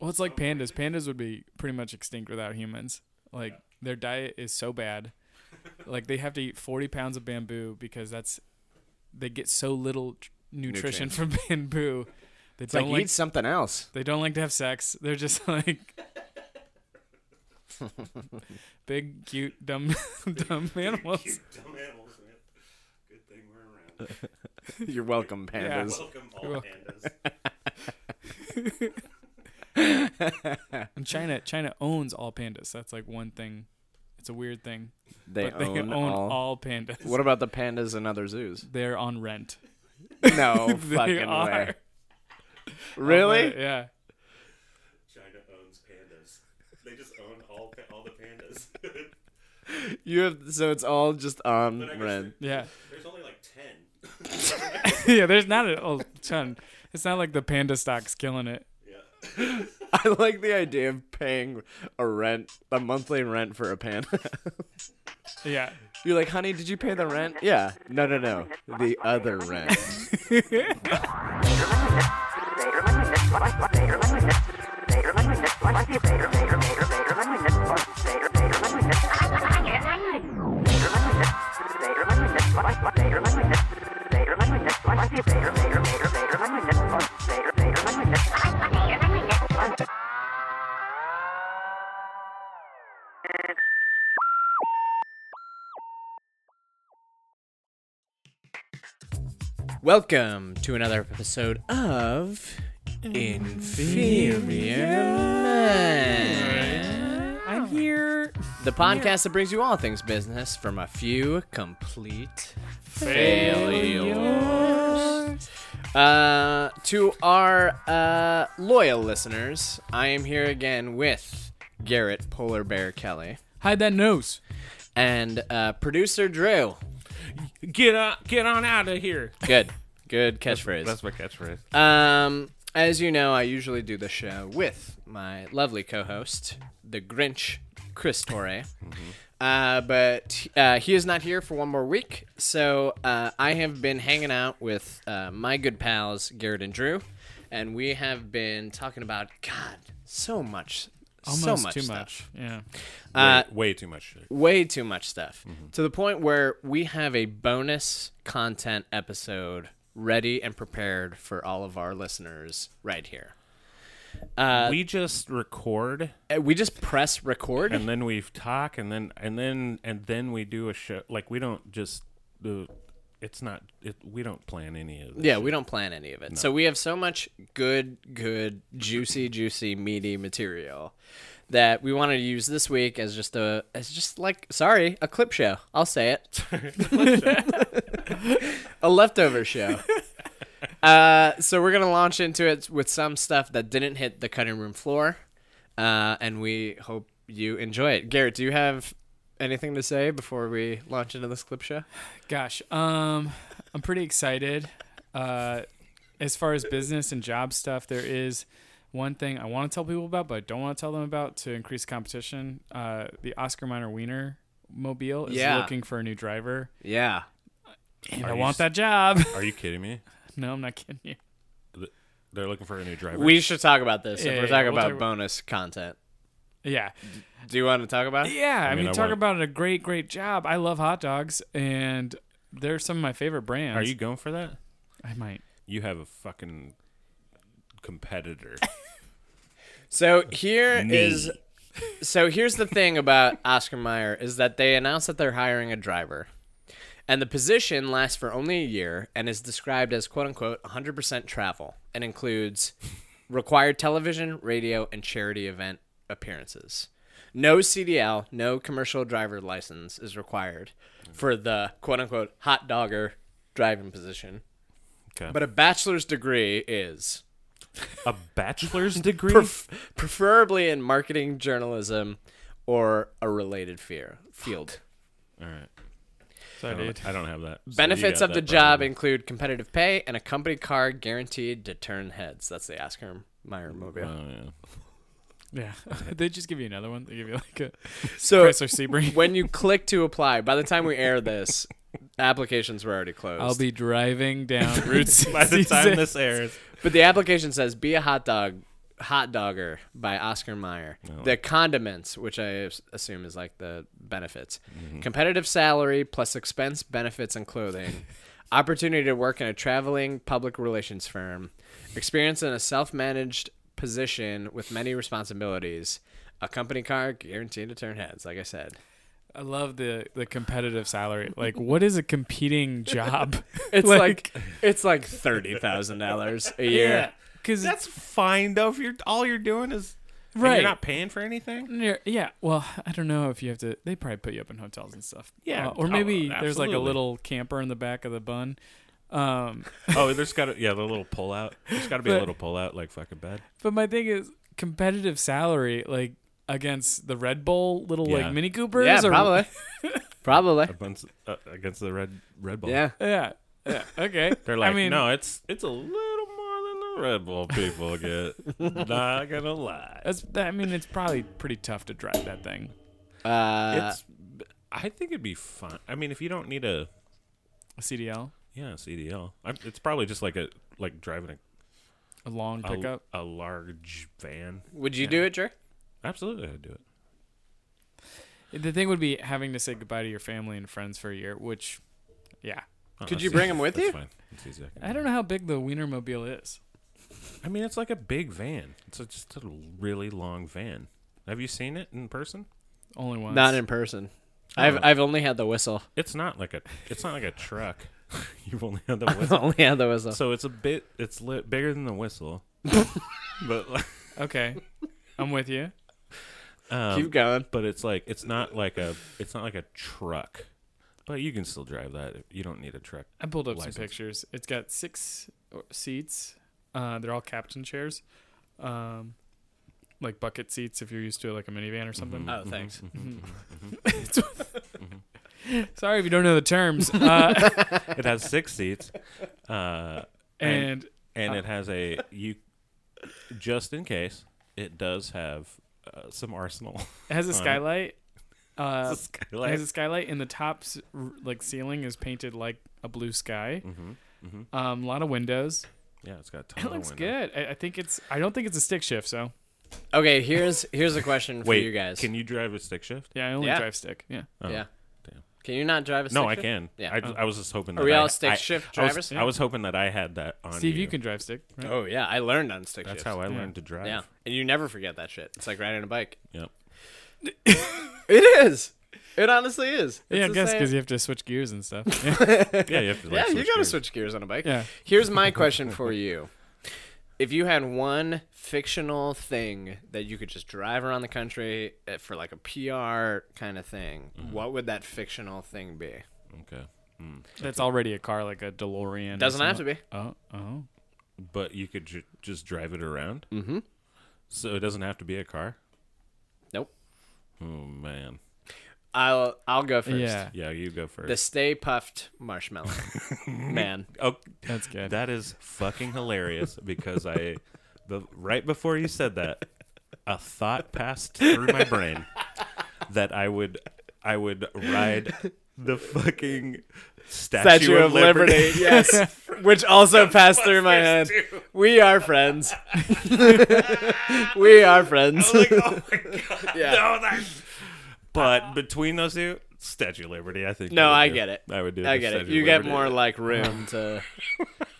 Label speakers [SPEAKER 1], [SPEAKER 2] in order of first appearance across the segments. [SPEAKER 1] Well, it's like pandas. Pandas would be pretty much extinct without humans. Like their diet is so bad. Like they have to eat 40 pounds of bamboo because that's they get so little tr- nutrition
[SPEAKER 2] Nutrients.
[SPEAKER 1] from bamboo. They
[SPEAKER 2] It's like,
[SPEAKER 1] don't like,
[SPEAKER 2] eat something else.
[SPEAKER 1] they don't like to have sex. They're just like big cute dumb dumb animals.
[SPEAKER 3] Cute dumb animals, man. Good thing we're around.
[SPEAKER 2] You're welcome,
[SPEAKER 1] Yeah.
[SPEAKER 2] pandas.
[SPEAKER 3] Welcome, all
[SPEAKER 1] You're welcome.
[SPEAKER 3] pandas.
[SPEAKER 1] And China China owns all pandas. That's like one thing. It's a weird thing.
[SPEAKER 2] They,
[SPEAKER 1] but they
[SPEAKER 2] own,
[SPEAKER 1] own,
[SPEAKER 2] all.
[SPEAKER 1] all. pandas.
[SPEAKER 2] What about the pandas in other zoos?
[SPEAKER 1] They're on rent.
[SPEAKER 2] No
[SPEAKER 1] They
[SPEAKER 2] fucking
[SPEAKER 1] are.
[SPEAKER 2] way. Really?
[SPEAKER 1] But, yeah.
[SPEAKER 3] China owns pandas. They just own all pa- all the pandas.
[SPEAKER 2] You have so it's all just on
[SPEAKER 3] But I guess
[SPEAKER 2] rent.
[SPEAKER 1] Yeah.
[SPEAKER 3] There's only like ten.
[SPEAKER 1] yeah, there's not a oh, ton. It's not like the panda stock's killing it.
[SPEAKER 3] Yeah.
[SPEAKER 2] I like the idea of paying a rent, a monthly rent for a panda.
[SPEAKER 1] Yeah.
[SPEAKER 2] You're like, honey, did you pay the rent? Yeah. No, no, no. The other rent. Welcome to another episode of Inferior Man.
[SPEAKER 1] I'm here.
[SPEAKER 2] The podcast that brings you all things business from a few complete failures. Uh, to our uh, loyal listeners, I am here again with Garrett Polar Bear Kelly
[SPEAKER 1] Hide that nose.
[SPEAKER 2] and uh, producer Drew.
[SPEAKER 4] Get on, get on out of here.
[SPEAKER 2] Good, good catchphrase.
[SPEAKER 4] That's my catchphrase.
[SPEAKER 2] Um, as you know, I usually do the show with my lovely co-host, the Grinch, Chris Torre.
[SPEAKER 4] Mm-hmm.
[SPEAKER 2] Uh, but uh, he is not here for one more week, so uh, I have been hanging out with uh, my good pals Garrett and Drew, and we have been talking about God so much, so
[SPEAKER 1] Almost
[SPEAKER 2] much,
[SPEAKER 1] too
[SPEAKER 2] stuff.
[SPEAKER 1] much. Yeah.
[SPEAKER 2] Uh,
[SPEAKER 4] way, way too much. shit.
[SPEAKER 2] way too much stuff to the point where we have a bonus content episode ready and prepared for all of our listeners right here.
[SPEAKER 4] we just record
[SPEAKER 2] Uh, We just press record.
[SPEAKER 4] and then we talk and then and then and then we do a show. Like we don't just do. It's not. It, we don't plan any of this.
[SPEAKER 2] yeah, we don't plan any of it. So we have so much good, good, juicy, juicy, meaty material that we wanted to use this week as just a as just like sorry, a clip show. I'll say it. a leftover show. Uh, so we're gonna launch into it with some stuff that didn't hit the cutting room floor, uh, and we hope you enjoy it. Garrett, do you have anything to say before we launch into this clip show?
[SPEAKER 1] Gosh. Um, I'm pretty excited. Uh, as far as business and job stuff, there is one thing I want to tell people about, but I don't want to tell them about to increase competition. Uh, the Oscar Minor Wiener Mobile is
[SPEAKER 2] Yeah.
[SPEAKER 1] looking for a new driver,
[SPEAKER 2] Yeah.
[SPEAKER 1] and
[SPEAKER 4] Are
[SPEAKER 1] I
[SPEAKER 4] you
[SPEAKER 1] want
[SPEAKER 4] s-
[SPEAKER 1] that job.
[SPEAKER 4] Are you kidding me?
[SPEAKER 1] no, I'm not kidding you.
[SPEAKER 4] Th- They're looking for a new driver.
[SPEAKER 2] We should talk about this.
[SPEAKER 1] Yeah,
[SPEAKER 2] if we're
[SPEAKER 1] yeah,
[SPEAKER 2] talking
[SPEAKER 1] we'll
[SPEAKER 2] about
[SPEAKER 1] talk about-
[SPEAKER 2] bonus content.
[SPEAKER 1] Yeah.
[SPEAKER 2] Do you want to talk about? it?
[SPEAKER 1] Yeah, I mean,
[SPEAKER 4] mean, I
[SPEAKER 1] talk
[SPEAKER 4] want-
[SPEAKER 1] about a great, great job. I love hot dogs, and they're some of my favorite brands.
[SPEAKER 4] Are you going for that?
[SPEAKER 1] I might.
[SPEAKER 4] You have a fucking competitor.
[SPEAKER 2] So here is.
[SPEAKER 4] Me.
[SPEAKER 2] So here's the thing about Oscar Mayer is that they announced that they're hiring a driver. And the position lasts for only a year and is described as quote unquote 100% travel and includes required television, radio, and charity event appearances. No CDL, no commercial driver license is required for the quote unquote hot dogger driving position.
[SPEAKER 4] Okay.
[SPEAKER 2] But a bachelor's degree is
[SPEAKER 4] a bachelor's degree.
[SPEAKER 2] pref- preferably in marketing, journalism, or a related fear field.
[SPEAKER 4] All right.
[SPEAKER 1] Sorry,
[SPEAKER 4] I
[SPEAKER 1] dude.
[SPEAKER 4] don't, I don't have that. So you
[SPEAKER 2] Benefits
[SPEAKER 4] got
[SPEAKER 2] of the
[SPEAKER 4] that
[SPEAKER 2] job
[SPEAKER 4] problem.
[SPEAKER 2] include competitive pay and a company car guaranteed to turn heads. That's the Oscar Mayer mobile.
[SPEAKER 4] Oh, yeah.
[SPEAKER 1] Yeah, they just give you another one. They give you like a
[SPEAKER 2] so
[SPEAKER 1] Chrysler Sebring.
[SPEAKER 2] when you click to apply, by the time we air this, applications were already closed.
[SPEAKER 1] I'll be driving down Route
[SPEAKER 4] By the
[SPEAKER 1] 66.
[SPEAKER 4] time this airs,
[SPEAKER 2] but the application says be a hot dog Hot Dogger by Oscar Mayer. The condiments, which I as- assume is like the benefits. Competitive salary plus expense, benefits, and clothing. Opportunity to work in a traveling public relations firm. Experience in a self managed position with many responsibilities. A company car guaranteed to turn heads, like I said.
[SPEAKER 1] I love the the competitive salary. Like, what is a competing job?
[SPEAKER 2] It's like, it's like thirty thousand dollars a year.
[SPEAKER 1] yeah, because
[SPEAKER 4] That's fine though. If you're all you're doing is and
[SPEAKER 1] Right.
[SPEAKER 4] you're not paying for anything.
[SPEAKER 1] Yeah, yeah. Well, I don't know if you have to. They probably put you up in hotels and stuff.
[SPEAKER 4] Yeah,
[SPEAKER 1] Uh, or
[SPEAKER 4] oh,
[SPEAKER 1] maybe there's like a
[SPEAKER 4] absolutely.
[SPEAKER 1] little camper in the back of the bun. Um,
[SPEAKER 4] Oh, there's got to yeah, the little pullout. There's got to be
[SPEAKER 1] But-
[SPEAKER 4] a little pullout like fucking bad.
[SPEAKER 1] but my thing is competitive salary, like against the Red Bull little
[SPEAKER 4] Yeah.
[SPEAKER 1] like Mini Coopers.
[SPEAKER 2] Yeah,
[SPEAKER 1] or,
[SPEAKER 2] probably. probably.
[SPEAKER 4] Against, uh, against the red Red Bull.
[SPEAKER 2] Yeah.
[SPEAKER 1] Yeah. Yeah. Okay.
[SPEAKER 4] They're like,
[SPEAKER 1] I mean,
[SPEAKER 4] no, it's it's a little more than the Red Bull people get. Not gonna lie,
[SPEAKER 1] That's. I mean, it's probably pretty tough to drive that thing.
[SPEAKER 2] Uh,
[SPEAKER 4] it's. I think it'd be fun. I mean, if you don't need a
[SPEAKER 1] A CDL,
[SPEAKER 4] yeah CDL, I'm, it's probably just like a like driving
[SPEAKER 1] a long
[SPEAKER 4] a a,
[SPEAKER 1] pickup.
[SPEAKER 4] a large van.
[SPEAKER 2] would you do it, Jer?
[SPEAKER 4] Absolutely, I'd do it.
[SPEAKER 1] the thing would be having to say goodbye to your family and friends for a year, which, yeah,
[SPEAKER 4] Oh,
[SPEAKER 2] Could
[SPEAKER 4] that's
[SPEAKER 2] you bring
[SPEAKER 4] easy.
[SPEAKER 2] 'em with
[SPEAKER 4] That's
[SPEAKER 2] you?
[SPEAKER 4] Fine. That's easy. I can
[SPEAKER 1] I
[SPEAKER 4] do.
[SPEAKER 1] don't know how big the Wienermobile is.
[SPEAKER 4] I mean, it's like a big van. It's a, just a really long van. Have you seen it in person?
[SPEAKER 1] Only once.
[SPEAKER 2] Not in person.
[SPEAKER 4] Oh.
[SPEAKER 2] I've I've only had the whistle.
[SPEAKER 4] It's not like a. It's not like a truck. You've only had the whistle.
[SPEAKER 2] only had the whistle.
[SPEAKER 4] so it's a bit. It's lit, bigger than the whistle. but like,
[SPEAKER 1] Okay. I'm with you.
[SPEAKER 4] um,
[SPEAKER 2] Keep going.
[SPEAKER 4] but it's like it's not like a. It's not like a truck. But you can still drive that. You don't need a truck.
[SPEAKER 1] I pulled up
[SPEAKER 4] License.
[SPEAKER 1] some pictures. It's got six o- seats. Uh, they're all captain chairs, um, like bucket seats if you're used to like a minivan
[SPEAKER 4] Mm-hmm,
[SPEAKER 1] or something.
[SPEAKER 4] mm,
[SPEAKER 2] Oh, thanks.
[SPEAKER 4] mm-hmm.
[SPEAKER 1] Sorry if you don't know the terms. Uh,
[SPEAKER 4] It has six seats, uh,
[SPEAKER 1] and
[SPEAKER 4] and
[SPEAKER 2] Uh.
[SPEAKER 4] it has a you. Just in case, it does have uh, some arsenal.
[SPEAKER 1] it has a
[SPEAKER 4] Fun.
[SPEAKER 1] skylight. Uh, it
[SPEAKER 4] skylight.
[SPEAKER 1] has a skylight, and the top s- r- like ceiling is painted like a blue sky. Um, a lot of windows.
[SPEAKER 4] Yeah, it's got. Mm-hmm, a
[SPEAKER 1] It
[SPEAKER 4] ton of
[SPEAKER 1] looks
[SPEAKER 4] windows.
[SPEAKER 1] good. I, I think it's. I don't think it's a stick shift. So
[SPEAKER 2] Okay, here's here's a question for
[SPEAKER 4] Wait,
[SPEAKER 2] you guys.
[SPEAKER 4] Can you drive a stick shift?
[SPEAKER 1] yeah, I only
[SPEAKER 2] Yeah.
[SPEAKER 1] drive stick. Yeah.
[SPEAKER 4] Oh,
[SPEAKER 2] yeah.
[SPEAKER 4] damn.
[SPEAKER 2] Can you not drive a?
[SPEAKER 4] No,
[SPEAKER 2] stick
[SPEAKER 4] I
[SPEAKER 2] shift?
[SPEAKER 4] can.
[SPEAKER 2] Yeah. Oh.
[SPEAKER 4] I, I was just hoping.
[SPEAKER 2] Are
[SPEAKER 4] that
[SPEAKER 2] we
[SPEAKER 4] I-
[SPEAKER 2] all stick
[SPEAKER 4] I-
[SPEAKER 2] shift
[SPEAKER 4] I was-
[SPEAKER 2] drivers?
[SPEAKER 4] I was, hoping that I had that on.
[SPEAKER 1] Steve, you
[SPEAKER 4] you
[SPEAKER 1] can drive stick. Right?
[SPEAKER 2] Oh yeah, I learned on stick
[SPEAKER 4] That's
[SPEAKER 2] shift.
[SPEAKER 4] how I
[SPEAKER 1] Yeah.
[SPEAKER 4] learned to drive.
[SPEAKER 2] Yeah, and you never forget that shit. It's like riding a bike.
[SPEAKER 4] Yep.
[SPEAKER 2] It is. It honestly is. It's
[SPEAKER 1] yeah, I
[SPEAKER 2] the
[SPEAKER 1] guess
[SPEAKER 2] same.
[SPEAKER 1] because you have to switch gears and stuff.
[SPEAKER 4] Yeah, you have to.
[SPEAKER 2] yeah, you
[SPEAKER 4] Like, switch
[SPEAKER 2] gotta
[SPEAKER 4] gears.
[SPEAKER 2] switch gears on a bike.
[SPEAKER 1] Yeah.
[SPEAKER 2] Here's my question for you. If you had one fictional thing that you could just drive around the country uh, for like a PR kind of thing, what would that fictional thing be?
[SPEAKER 4] Okay. Mm.
[SPEAKER 1] That's already a car, like a DeLorean. or
[SPEAKER 2] Doesn't have to
[SPEAKER 1] something.
[SPEAKER 2] be.
[SPEAKER 1] Oh, oh.
[SPEAKER 4] But you could ju- just drive it around. Mm-hmm. So it doesn't have to be a car.
[SPEAKER 2] Nope.
[SPEAKER 4] Oh man.
[SPEAKER 2] I'll I'll go first.
[SPEAKER 1] Yeah,
[SPEAKER 4] Yeah, you go first.
[SPEAKER 2] The Stay Puffed Marshmallow Man.
[SPEAKER 4] oh,
[SPEAKER 1] that's good.
[SPEAKER 4] that is fucking hilarious because I, the right before you said that, a thought passed through my brain that I would, I would ride the fucking Statue,
[SPEAKER 2] Statue of Liberty. yes. Which also passed through my head. We are friends. we are friends.
[SPEAKER 4] like, oh my god,
[SPEAKER 2] Yeah.
[SPEAKER 4] no, that's. But between those two, Statue of Liberty, I think.
[SPEAKER 2] No,
[SPEAKER 4] would
[SPEAKER 2] I
[SPEAKER 4] do.
[SPEAKER 2] get it.
[SPEAKER 4] I would do.
[SPEAKER 2] I
[SPEAKER 4] the
[SPEAKER 2] get it.
[SPEAKER 4] Statue of
[SPEAKER 2] You get
[SPEAKER 4] Liberty.
[SPEAKER 2] more like room to.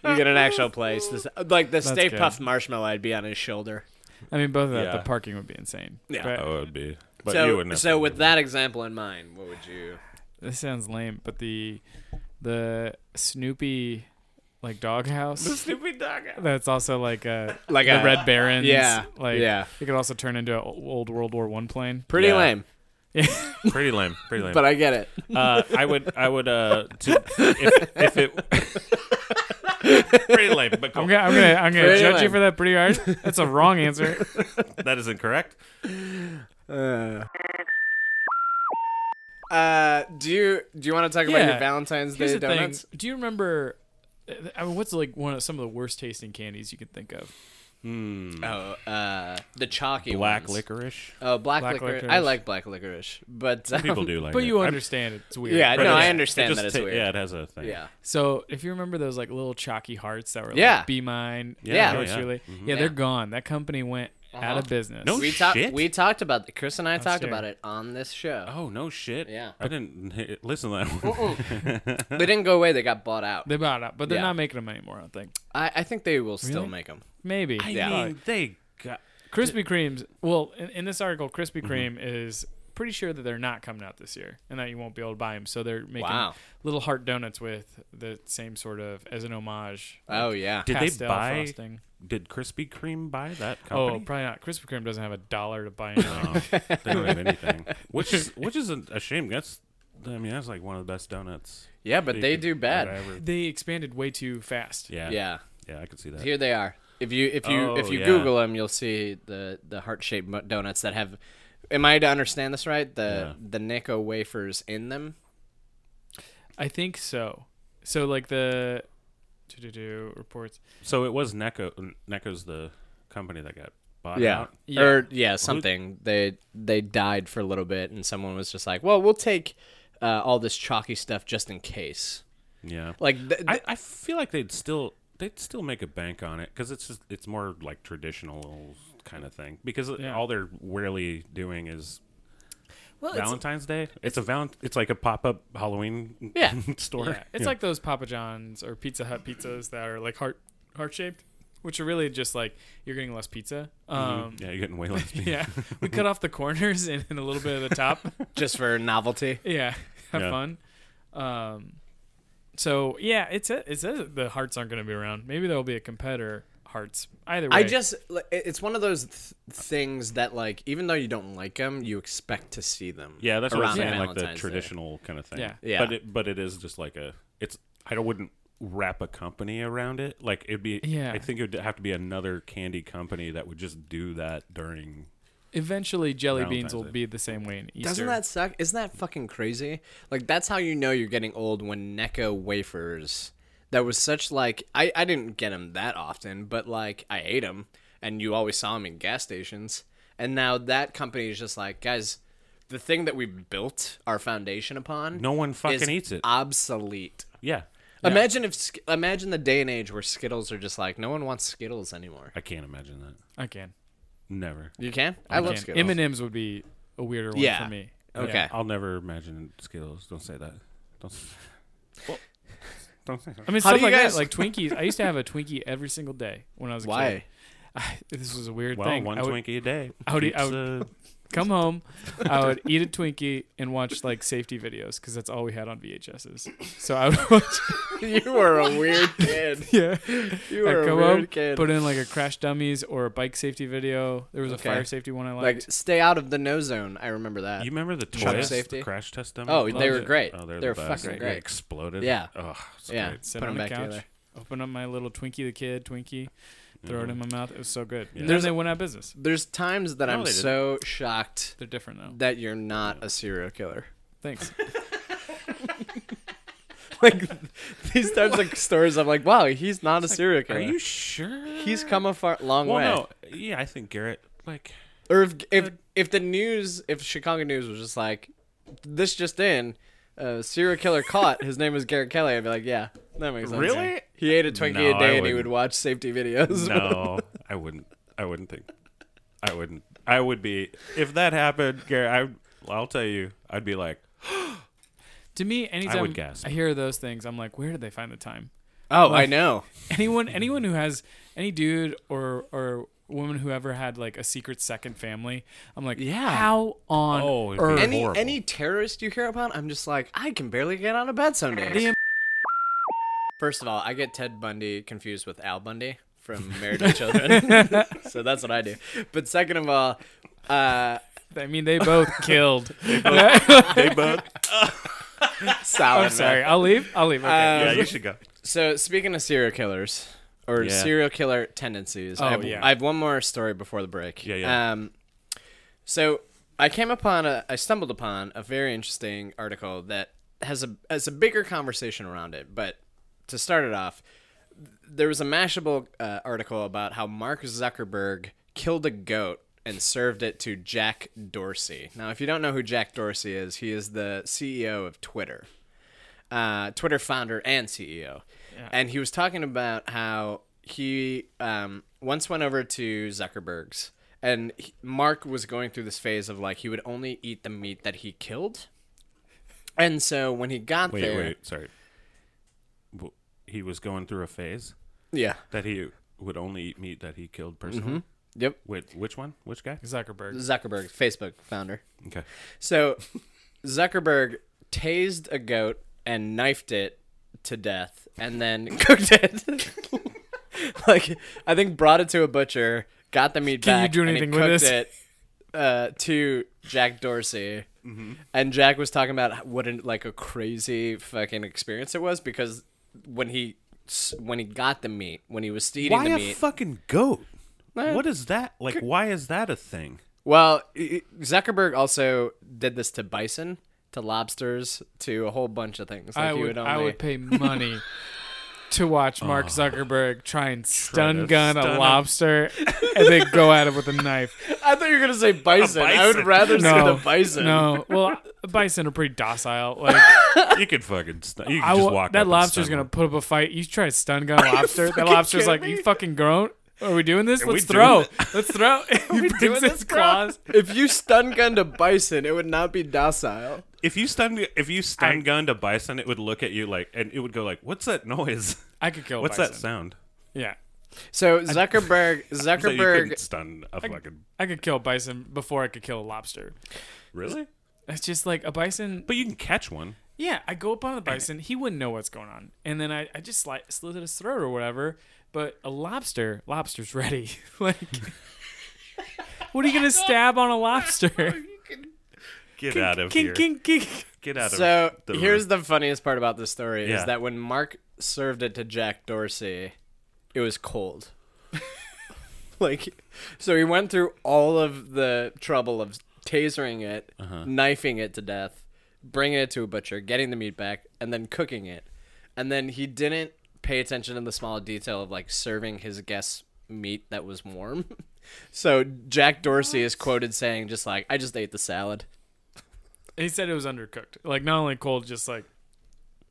[SPEAKER 2] You get an actual place. This, like the Stay
[SPEAKER 1] good.
[SPEAKER 2] Puffed Marshmallow, I'd be on his shoulder.
[SPEAKER 1] I mean, both of that,
[SPEAKER 4] Yeah.
[SPEAKER 1] the parking would be insane.
[SPEAKER 2] Yeah. Oh.
[SPEAKER 1] But-
[SPEAKER 4] I would be. But you
[SPEAKER 2] so,
[SPEAKER 4] wouldn't. Have
[SPEAKER 2] so
[SPEAKER 4] to
[SPEAKER 2] with
[SPEAKER 4] do
[SPEAKER 2] that example in mind, what would you?
[SPEAKER 1] this sounds lame, but the the Snoopy like doghouse
[SPEAKER 4] stupid dog.
[SPEAKER 1] that's also like a
[SPEAKER 2] Like
[SPEAKER 1] the
[SPEAKER 2] a-
[SPEAKER 1] Red Barons.
[SPEAKER 2] yeah,
[SPEAKER 1] like
[SPEAKER 2] yeah.
[SPEAKER 1] It could also turn into an old World War One plane.
[SPEAKER 2] Pretty
[SPEAKER 4] Yeah.
[SPEAKER 2] lame,
[SPEAKER 4] Pretty lame. Pretty lame.
[SPEAKER 2] but I get it.
[SPEAKER 4] Uh, I would, I would, uh, to, if, if it, pretty lame, but cool.
[SPEAKER 1] I'm gonna, I'm gonna, I'm gonna
[SPEAKER 2] Pretty
[SPEAKER 1] judge you
[SPEAKER 2] lame.
[SPEAKER 1] for that pretty hard. That's a wrong answer.
[SPEAKER 4] that is incorrect.
[SPEAKER 2] Uh, Uh, do you do you want to talk about your
[SPEAKER 1] Yeah.
[SPEAKER 2] Valentine's
[SPEAKER 1] Here's
[SPEAKER 2] Day
[SPEAKER 1] the
[SPEAKER 2] donuts?
[SPEAKER 1] uh, thing. Do you remember? I mean, what's like one of some of the worst tasting candies you could think of?
[SPEAKER 2] Oh, uh, the chalky
[SPEAKER 4] Mm. Black
[SPEAKER 2] ones.
[SPEAKER 4] licorice.
[SPEAKER 2] Oh, black,
[SPEAKER 1] Black
[SPEAKER 2] licorice. I
[SPEAKER 1] licorice.
[SPEAKER 2] like black licorice, but uh,
[SPEAKER 4] People do like
[SPEAKER 1] But
[SPEAKER 4] it.
[SPEAKER 1] you
[SPEAKER 4] I'm-
[SPEAKER 1] understand it. It's weird.
[SPEAKER 2] Yeah,
[SPEAKER 4] but
[SPEAKER 2] no,
[SPEAKER 4] it's-
[SPEAKER 2] I
[SPEAKER 4] it
[SPEAKER 2] understand
[SPEAKER 4] just
[SPEAKER 2] that it's
[SPEAKER 4] ta-
[SPEAKER 2] weird.
[SPEAKER 4] Yeah, it has a thing.
[SPEAKER 2] yeah.
[SPEAKER 1] So if you remember those like little chalky hearts that were
[SPEAKER 2] Yeah.
[SPEAKER 1] like be mine,
[SPEAKER 4] Yeah.
[SPEAKER 1] yours
[SPEAKER 4] Yeah.
[SPEAKER 1] really,
[SPEAKER 4] Mhm.
[SPEAKER 1] yeah, they're
[SPEAKER 2] Yeah.
[SPEAKER 1] gone. That company went out of business.
[SPEAKER 4] No
[SPEAKER 2] we talked.
[SPEAKER 4] Oh, shit.
[SPEAKER 2] We talked about it. Chris and I talked
[SPEAKER 1] sure.
[SPEAKER 2] about it on this show.
[SPEAKER 4] Oh no shit.
[SPEAKER 2] Yeah.
[SPEAKER 4] I didn't h- listen to that one. Oh.
[SPEAKER 2] They didn't go away. They got bought out.
[SPEAKER 1] they bought up, but they're
[SPEAKER 2] Yeah.
[SPEAKER 1] not making them anymore. I don't think.
[SPEAKER 2] I, I think they will still
[SPEAKER 1] Really?
[SPEAKER 2] make them.
[SPEAKER 1] Maybe.
[SPEAKER 4] I
[SPEAKER 2] Yeah.
[SPEAKER 4] mean, they got.
[SPEAKER 1] Krispy Kreme's. Well, in, in this article, Krispy Kreme
[SPEAKER 4] Mm-hmm.
[SPEAKER 1] is pretty sure that they're not coming out this year, and that you won't be able to buy them. So they're making
[SPEAKER 2] Wow.
[SPEAKER 1] little heart donuts with the same sort of as an homage.
[SPEAKER 2] Oh yeah.
[SPEAKER 4] Did they
[SPEAKER 1] pastel
[SPEAKER 4] buy?
[SPEAKER 1] frosting.
[SPEAKER 4] Did Krispy Kreme buy that
[SPEAKER 1] Oh,
[SPEAKER 4] company?
[SPEAKER 1] probably not. Krispy Kreme doesn't have a dollar to buy anything.
[SPEAKER 4] they don't have anything. Which is which is a, a shame. That's. I mean, that's like one of the best donuts.
[SPEAKER 2] Yeah, but
[SPEAKER 4] that you
[SPEAKER 2] they
[SPEAKER 4] could-
[SPEAKER 2] do bad.
[SPEAKER 4] that I ever-
[SPEAKER 1] they expanded way too fast.
[SPEAKER 4] yeah.
[SPEAKER 2] Yeah.
[SPEAKER 4] Yeah, I could see that.
[SPEAKER 2] Here they are. If you if you if
[SPEAKER 4] Oh,
[SPEAKER 2] you
[SPEAKER 4] yeah.
[SPEAKER 2] Google them, you'll see the the heart shaped donuts that have. Am I to understand this right? The the Nico wafers in them.
[SPEAKER 1] I think so. So like the do reports.
[SPEAKER 4] So it was Necco. Necco's the company that got bought out.
[SPEAKER 1] Yeah.
[SPEAKER 2] Or yeah, something. They they died for a little bit, and someone was just like, "Well, we'll take uh, all this chalky stuff just in case."
[SPEAKER 4] Yeah.
[SPEAKER 2] Like th- th-
[SPEAKER 4] I, I feel like they'd still they'd still make a bank on it because it's just it's more like traditional kind of thing because
[SPEAKER 1] Yeah.
[SPEAKER 4] all they're really doing is
[SPEAKER 1] Well,
[SPEAKER 4] Valentine's Day. It's, a valent. It's like a pop up Halloween
[SPEAKER 2] Yeah.
[SPEAKER 4] store.
[SPEAKER 1] Yeah, it's like those Papa John's or Pizza Hut pizzas that are like heart heart shaped, which are really just like you're getting less pizza. Um,
[SPEAKER 4] yeah, you're getting way less. meat.
[SPEAKER 1] yeah, we cut off the corners and, and a little bit of the top.
[SPEAKER 2] just for novelty.
[SPEAKER 1] yeah, have
[SPEAKER 4] Yeah.
[SPEAKER 1] fun. Um, so yeah, it's a, it says the hearts aren't going to be around. Maybe there'll be a competitor hearts. Either way,
[SPEAKER 2] I just like, it- it's one of those th- things that like even though you don't like them, you expect to see them.
[SPEAKER 4] Yeah, that's what I'm
[SPEAKER 2] around
[SPEAKER 4] saying, like the
[SPEAKER 2] Valentine's Day.
[SPEAKER 4] traditional kind of thing.
[SPEAKER 1] Yeah.
[SPEAKER 2] Yeah.
[SPEAKER 4] But it, but it is just like a. It's I don't- wouldn't wrap a company around it. Like it'd be.
[SPEAKER 1] Yeah.
[SPEAKER 4] I think it would have to be another candy company that would just do that during.
[SPEAKER 1] eventually jelly beans
[SPEAKER 4] Valentine's
[SPEAKER 1] will
[SPEAKER 4] Day.
[SPEAKER 1] be the same way in Easter.
[SPEAKER 2] Doesn't that suck? Isn't that fucking crazy? Like that's how you know you're getting old when Necco wafers. That was such like I I didn't get them that often, but like I ate them, and you always saw them in gas stations. And now that company is just like, guys, the thing that we built our foundation upon,
[SPEAKER 4] No one fucking
[SPEAKER 2] is
[SPEAKER 4] eats it.
[SPEAKER 2] Obsolete.
[SPEAKER 4] Yeah.
[SPEAKER 2] Imagine if Sk- imagine the day and age where Skittles are just like no one wants Skittles anymore.
[SPEAKER 4] I can't imagine that.
[SPEAKER 1] I can.
[SPEAKER 4] Never.
[SPEAKER 2] You can? I, love
[SPEAKER 1] Can't.
[SPEAKER 2] Skittles.
[SPEAKER 1] M and M's would be a weirder one
[SPEAKER 2] Yeah.
[SPEAKER 1] for me.
[SPEAKER 2] Okay.
[SPEAKER 1] Yeah.
[SPEAKER 4] I'll never imagine Skittles. Don't say that. Don't. s- don't say that.
[SPEAKER 1] I mean,
[SPEAKER 2] How
[SPEAKER 1] stuff
[SPEAKER 2] do you
[SPEAKER 1] like
[SPEAKER 2] guys-
[SPEAKER 1] that, like Twinkies. I used to have a Twinkie every single day when I was a kid.
[SPEAKER 2] Why?
[SPEAKER 1] Why? This was a weird
[SPEAKER 4] Well,
[SPEAKER 1] thing.
[SPEAKER 4] one
[SPEAKER 1] I would
[SPEAKER 4] Twinkie a day.
[SPEAKER 1] I would eat- I
[SPEAKER 4] keeps, uh,
[SPEAKER 1] come home, I would eat a Twinkie and watch like safety videos because that's all we had on VHSs. So I would watch,
[SPEAKER 2] you were a weird kid.
[SPEAKER 1] yeah,
[SPEAKER 2] You
[SPEAKER 1] I'd
[SPEAKER 2] were a
[SPEAKER 1] come
[SPEAKER 2] weird
[SPEAKER 1] home,
[SPEAKER 2] kid.
[SPEAKER 1] put in like a crash dummies or a bike safety video. There was
[SPEAKER 2] Okay.
[SPEAKER 1] a fire safety one I
[SPEAKER 2] like
[SPEAKER 1] liked.
[SPEAKER 2] stay out of the no zone. I remember that.
[SPEAKER 4] You remember the
[SPEAKER 2] Truck
[SPEAKER 4] toys,
[SPEAKER 2] safety?
[SPEAKER 4] the crash test dummy?
[SPEAKER 2] oh, they
[SPEAKER 1] Loved
[SPEAKER 2] were
[SPEAKER 1] it.
[SPEAKER 2] great.
[SPEAKER 4] Oh,
[SPEAKER 2] they
[SPEAKER 4] they're
[SPEAKER 2] were
[SPEAKER 4] the best.
[SPEAKER 2] fucking
[SPEAKER 4] They
[SPEAKER 2] great.
[SPEAKER 4] exploded.
[SPEAKER 2] Yeah.
[SPEAKER 4] Oh, it's
[SPEAKER 2] Yeah.
[SPEAKER 4] great.
[SPEAKER 1] Sit
[SPEAKER 2] put
[SPEAKER 1] on
[SPEAKER 2] 'em
[SPEAKER 1] the
[SPEAKER 2] back
[SPEAKER 1] couch,
[SPEAKER 2] together.
[SPEAKER 1] open up my little Twinkie the Kid Twinkie, throw it in my mouth. It was so good. And then
[SPEAKER 2] There's-
[SPEAKER 1] they went out of business.
[SPEAKER 2] There's times that
[SPEAKER 4] No,
[SPEAKER 2] I'm
[SPEAKER 4] they didn't.
[SPEAKER 2] so shocked
[SPEAKER 1] They're different now.
[SPEAKER 2] that you're not a serial killer.
[SPEAKER 1] Thanks.
[SPEAKER 2] Like these types of stories, I'm like, wow, he's not a serial killer.
[SPEAKER 4] Are you sure?
[SPEAKER 2] he's come a far long
[SPEAKER 4] Well,
[SPEAKER 2] way.
[SPEAKER 4] no. Yeah, I think Garrett. Like,
[SPEAKER 2] Or if if if the news, if Chicago news was just like, this just in, uh, serial killer caught. His name was Garrett Kelly. I'd be like, yeah, that makes sense.
[SPEAKER 4] Really?
[SPEAKER 2] He ate a Twinkie
[SPEAKER 4] No,
[SPEAKER 2] a
[SPEAKER 4] I
[SPEAKER 2] day and he would
[SPEAKER 4] wouldn't.
[SPEAKER 2] watch safety videos.
[SPEAKER 4] no, I wouldn't. I wouldn't think. I wouldn't. I would be. If that happened, Garrett, I, I'll tell you, I'd be like,
[SPEAKER 1] to me, anytime
[SPEAKER 4] would gasp.
[SPEAKER 1] I hear those things, I'm like, where did they find the time?
[SPEAKER 2] oh, I know.
[SPEAKER 1] anyone anyone who has any dude or or woman who ever had like a secret second family i'm like
[SPEAKER 2] Yeah.
[SPEAKER 1] how on
[SPEAKER 4] Oh, it'd be
[SPEAKER 1] earth
[SPEAKER 2] Any
[SPEAKER 4] horrible.
[SPEAKER 2] any terrorist you hear about, I'm just like, I can barely get out of bed some days.
[SPEAKER 1] Damn.
[SPEAKER 2] First of all, I get Ted Bundy confused with Al Bundy from Married with Children, so that's what I do. But second of all, uh,
[SPEAKER 1] i mean they both killed
[SPEAKER 4] "Hey, bud,
[SPEAKER 2] solid.
[SPEAKER 1] i'm sorry i'll leave i'll leave okay.
[SPEAKER 3] Uh,
[SPEAKER 4] yeah, you should go."
[SPEAKER 2] So speaking of serial killers or
[SPEAKER 4] Yeah.
[SPEAKER 2] serial killer tendencies, I,
[SPEAKER 1] Oh,
[SPEAKER 2] have,
[SPEAKER 1] yeah.
[SPEAKER 2] I have one more story before the break.
[SPEAKER 4] Yeah, yeah.
[SPEAKER 2] Um, so I came upon a, I stumbled upon a very interesting article that has a has a bigger conversation around it. But to start it off, there was a Mashable uh, article about how Mark Zuckerberg killed a goat and served it to Jack Dorsey. Now, if you don't know who Jack Dorsey is, he is the CEO of Twitter, uh, Twitter founder and CEO. And he was talking about how he um, once went over to Zuckerberg's, and he- Mark was going through this phase of like he would only eat the meat that he killed. And so when he got
[SPEAKER 4] Wait,
[SPEAKER 2] there,
[SPEAKER 4] wait, sorry. W- He was going through a phase
[SPEAKER 2] yeah,
[SPEAKER 4] that he would only eat meat that he killed personally.
[SPEAKER 2] yep,
[SPEAKER 4] Wait, which one? Which guy?
[SPEAKER 1] Zuckerberg.
[SPEAKER 2] Zuckerberg, Facebook founder.
[SPEAKER 4] Okay.
[SPEAKER 2] So Zuckerberg tased a goat and knifed it to death and then cooked it. like I think brought it to a butcher, got the meat
[SPEAKER 1] Can you
[SPEAKER 2] back,
[SPEAKER 1] do
[SPEAKER 2] and he
[SPEAKER 1] anything with
[SPEAKER 2] cooked
[SPEAKER 1] this?
[SPEAKER 2] it uh, to Jack Dorsey. And Jack was talking about what an, like a crazy fucking experience it was because when he s- when he got the meat, when he was eating
[SPEAKER 4] Why
[SPEAKER 2] the
[SPEAKER 4] a
[SPEAKER 2] meat,
[SPEAKER 4] fucking goat?
[SPEAKER 2] Eh.
[SPEAKER 4] What is that? Like, why is that a thing?
[SPEAKER 2] Well, i- i- Zuckerberg also did this to bison, to lobsters, to a whole bunch of things. Like
[SPEAKER 1] I
[SPEAKER 2] you
[SPEAKER 1] would,
[SPEAKER 2] would only,
[SPEAKER 1] I would pay money to watch Mark Zuckerberg try and stun
[SPEAKER 4] to
[SPEAKER 1] gun
[SPEAKER 4] stun
[SPEAKER 1] a
[SPEAKER 4] him.
[SPEAKER 1] lobster and then go at it with a knife.
[SPEAKER 2] I thought you were gonna say bison. I would
[SPEAKER 4] bison.
[SPEAKER 2] rather see
[SPEAKER 1] No,
[SPEAKER 2] the bison.
[SPEAKER 1] No, well, bison are pretty docile. Like
[SPEAKER 4] You could fucking. St- you could
[SPEAKER 1] I
[SPEAKER 4] just
[SPEAKER 1] will,
[SPEAKER 4] walk. up
[SPEAKER 1] that
[SPEAKER 4] and
[SPEAKER 1] lobster's
[SPEAKER 4] stun
[SPEAKER 1] gonna
[SPEAKER 4] him.
[SPEAKER 1] put up a fight. You try to stun gun a lobster. That lobster's like,
[SPEAKER 2] kidding
[SPEAKER 1] you
[SPEAKER 2] me?"
[SPEAKER 1] fucking grown. Are we doing this?
[SPEAKER 4] we
[SPEAKER 1] Let's
[SPEAKER 4] doing
[SPEAKER 1] throw. Let's throw. he
[SPEAKER 2] doing
[SPEAKER 1] digs
[SPEAKER 2] this,
[SPEAKER 1] his
[SPEAKER 2] bro?
[SPEAKER 1] claws.
[SPEAKER 2] If you stun gunned a bison, it would not be docile.
[SPEAKER 4] If you stun, if you stun gunned a bison, it would look at you like, and it would go like, "What's that noise?
[SPEAKER 1] I could kill. a
[SPEAKER 4] What's
[SPEAKER 1] bison.
[SPEAKER 4] that sound?"
[SPEAKER 1] Yeah,
[SPEAKER 2] So Zuckerberg,
[SPEAKER 4] So you couldn't
[SPEAKER 2] Zuckerberg,
[SPEAKER 4] stun a fucking
[SPEAKER 1] I could kill a bison before I could kill a lobster.
[SPEAKER 4] really,
[SPEAKER 1] It's just like a bison.
[SPEAKER 4] but you can catch one.
[SPEAKER 1] Yeah, I go up on the bison. He wouldn't know what's going on, and then I, I just slide, slit his throat or whatever. But a lobster, lobster's ready. like, what are you gonna stab on a lobster?
[SPEAKER 4] Get out of
[SPEAKER 1] Kink,
[SPEAKER 4] here!
[SPEAKER 1] kink, kink.
[SPEAKER 4] Get out
[SPEAKER 2] so
[SPEAKER 4] of the
[SPEAKER 2] here's
[SPEAKER 4] room.
[SPEAKER 2] the funniest part about this story
[SPEAKER 4] Yeah.
[SPEAKER 2] is that when Mark served it to Jack Dorsey, it was cold. like, so he went through all of the trouble of tasering it,
[SPEAKER 4] Uh-huh.
[SPEAKER 2] knifing it to death, bringing it to a butcher, getting the meat back, and then cooking it. And then he didn't pay attention to the small detail of like serving his guests meat that was warm. so Jack Dorsey is quoted saying, just like, I just ate the salad.
[SPEAKER 1] He said it was undercooked. Like not only cold, just like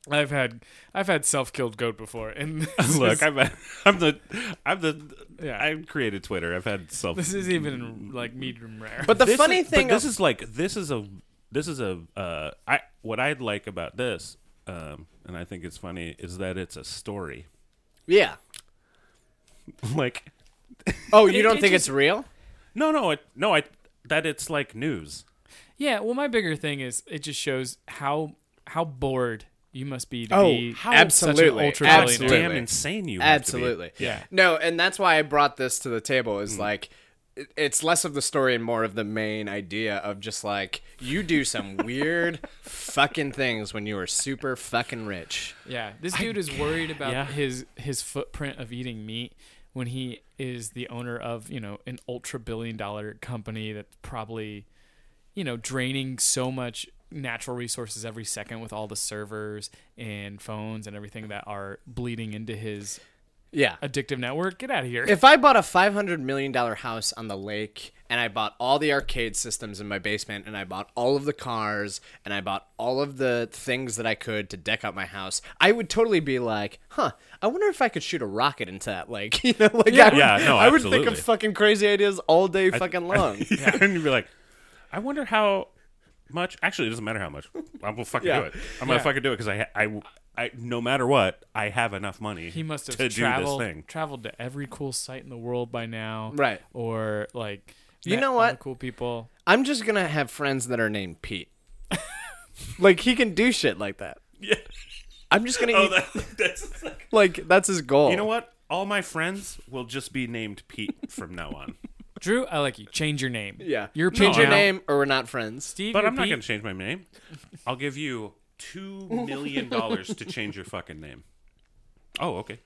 [SPEAKER 1] I've had I've had self killed goat before, and this
[SPEAKER 4] look.
[SPEAKER 1] is,
[SPEAKER 4] I'm, a, I'm the, I'm the.
[SPEAKER 1] Yeah.
[SPEAKER 4] I created Twitter. I've had self.
[SPEAKER 1] this is even like medium rare.
[SPEAKER 2] But the
[SPEAKER 4] This
[SPEAKER 2] funny
[SPEAKER 4] is-
[SPEAKER 2] thing
[SPEAKER 4] but this is like this is a this is a uh, I what I'd like about this, um, and I think it's funny is that it's a story.
[SPEAKER 2] yeah.
[SPEAKER 4] like
[SPEAKER 2] Oh, you don't
[SPEAKER 1] it
[SPEAKER 2] think
[SPEAKER 1] just-
[SPEAKER 2] it's real?
[SPEAKER 4] no, no, it, no, I that it's like news.
[SPEAKER 1] yeah, well, my bigger thing is it just shows how how bored you must be to
[SPEAKER 2] Oh,
[SPEAKER 1] be
[SPEAKER 2] how-
[SPEAKER 1] such an
[SPEAKER 2] absolutely,
[SPEAKER 1] ultra
[SPEAKER 2] absolutely.
[SPEAKER 1] billionaire.
[SPEAKER 4] Damn insane you have to be.
[SPEAKER 2] Absolutely.
[SPEAKER 1] Yeah.
[SPEAKER 2] No, and that's why I brought this to the table is like it- it's less of the story and more of the main idea of just like you do some weird fucking things when you are super fucking rich.
[SPEAKER 1] Yeah, this dude is worried about
[SPEAKER 4] yeah.
[SPEAKER 1] his his footprint of eating meat when he is the owner of you know an ultra billion dollar company that's probably you know draining so much natural resources every second with all the servers and phones and everything that are bleeding into his
[SPEAKER 2] Yeah.
[SPEAKER 1] addictive network. Get out of here.
[SPEAKER 2] If I bought a five hundred million dollar house on the lake, and I bought all the arcade systems in my basement, and I bought all of the cars, and I bought all of the things that I could to deck out my house, I would totally be like, "Huh, I wonder if I could shoot a rocket into that lake." You know, like I would,
[SPEAKER 4] Yeah, no,
[SPEAKER 2] I would think of
[SPEAKER 4] absolutely.
[SPEAKER 2] fucking crazy ideas all day, fucking long.
[SPEAKER 4] yeah. and you'd be like, I wonder how much. Actually, it doesn't matter how much. I'm gonna fucking
[SPEAKER 2] Yeah.
[SPEAKER 4] do it. I'm gonna fucking do it because I, I, I, no matter what, I have enough money.
[SPEAKER 1] he must have
[SPEAKER 4] to
[SPEAKER 1] traveled
[SPEAKER 4] do this thing.
[SPEAKER 1] traveled to every cool site in the world by now,
[SPEAKER 2] Right.
[SPEAKER 1] Or like
[SPEAKER 2] You
[SPEAKER 1] met
[SPEAKER 2] know
[SPEAKER 1] all
[SPEAKER 2] what?
[SPEAKER 1] the cool people.
[SPEAKER 2] I'm just gonna have friends that are named Pete. like he can do shit like that.
[SPEAKER 4] Yeah.
[SPEAKER 2] I'm just gonna
[SPEAKER 4] Oh,
[SPEAKER 2] eat,
[SPEAKER 4] that, that's like,
[SPEAKER 2] like that's his goal.
[SPEAKER 1] Oh.
[SPEAKER 4] you know what? All my friends will just be named Pete from now on.
[SPEAKER 1] Drew, I like you. Change your name.
[SPEAKER 2] Yeah,
[SPEAKER 1] you're Pete
[SPEAKER 2] change your
[SPEAKER 1] now.
[SPEAKER 2] name, or we're not friends.
[SPEAKER 1] Steve,
[SPEAKER 4] But
[SPEAKER 1] you're
[SPEAKER 4] I'm not
[SPEAKER 1] Pete.
[SPEAKER 4] gonna change my name. I'll give you two million dollars to change your fucking name. Oh, okay.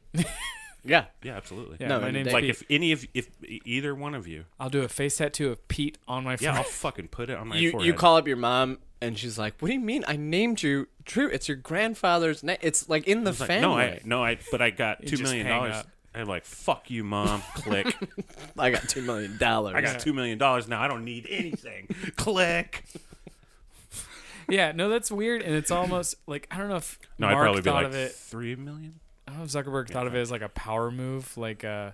[SPEAKER 2] Yeah.
[SPEAKER 4] Yeah, absolutely.
[SPEAKER 1] Yeah,
[SPEAKER 2] No,
[SPEAKER 1] my
[SPEAKER 2] and
[SPEAKER 1] name's
[SPEAKER 4] like
[SPEAKER 1] Pete.
[SPEAKER 4] if any of if e- either one of you,
[SPEAKER 1] I'll do a face tattoo of Pete on my
[SPEAKER 4] yeah, I'll
[SPEAKER 1] forehead.
[SPEAKER 4] fucking put it on my
[SPEAKER 2] you
[SPEAKER 4] forehead.
[SPEAKER 2] you call up your mom and she's like, "What do you mean? I named you Drew. It's your grandfather's name. It's like in the
[SPEAKER 4] It's like,
[SPEAKER 2] family."
[SPEAKER 4] no, I no, I but I got two
[SPEAKER 1] just
[SPEAKER 4] million
[SPEAKER 1] hang
[SPEAKER 4] dollars.
[SPEAKER 1] up.
[SPEAKER 4] I'm like, fuck you, mom. Click.
[SPEAKER 2] I got two million dollars.
[SPEAKER 4] I got two million dollars now. I don't need anything. Click.
[SPEAKER 1] Yeah, no, that's weird, and it's almost like I don't know if
[SPEAKER 4] No,
[SPEAKER 1] Mark
[SPEAKER 4] I'd probably be
[SPEAKER 1] thought
[SPEAKER 4] like
[SPEAKER 1] of it.
[SPEAKER 4] three million.
[SPEAKER 1] I don't know if Zuckerberg thought of it as like a power move, like uh,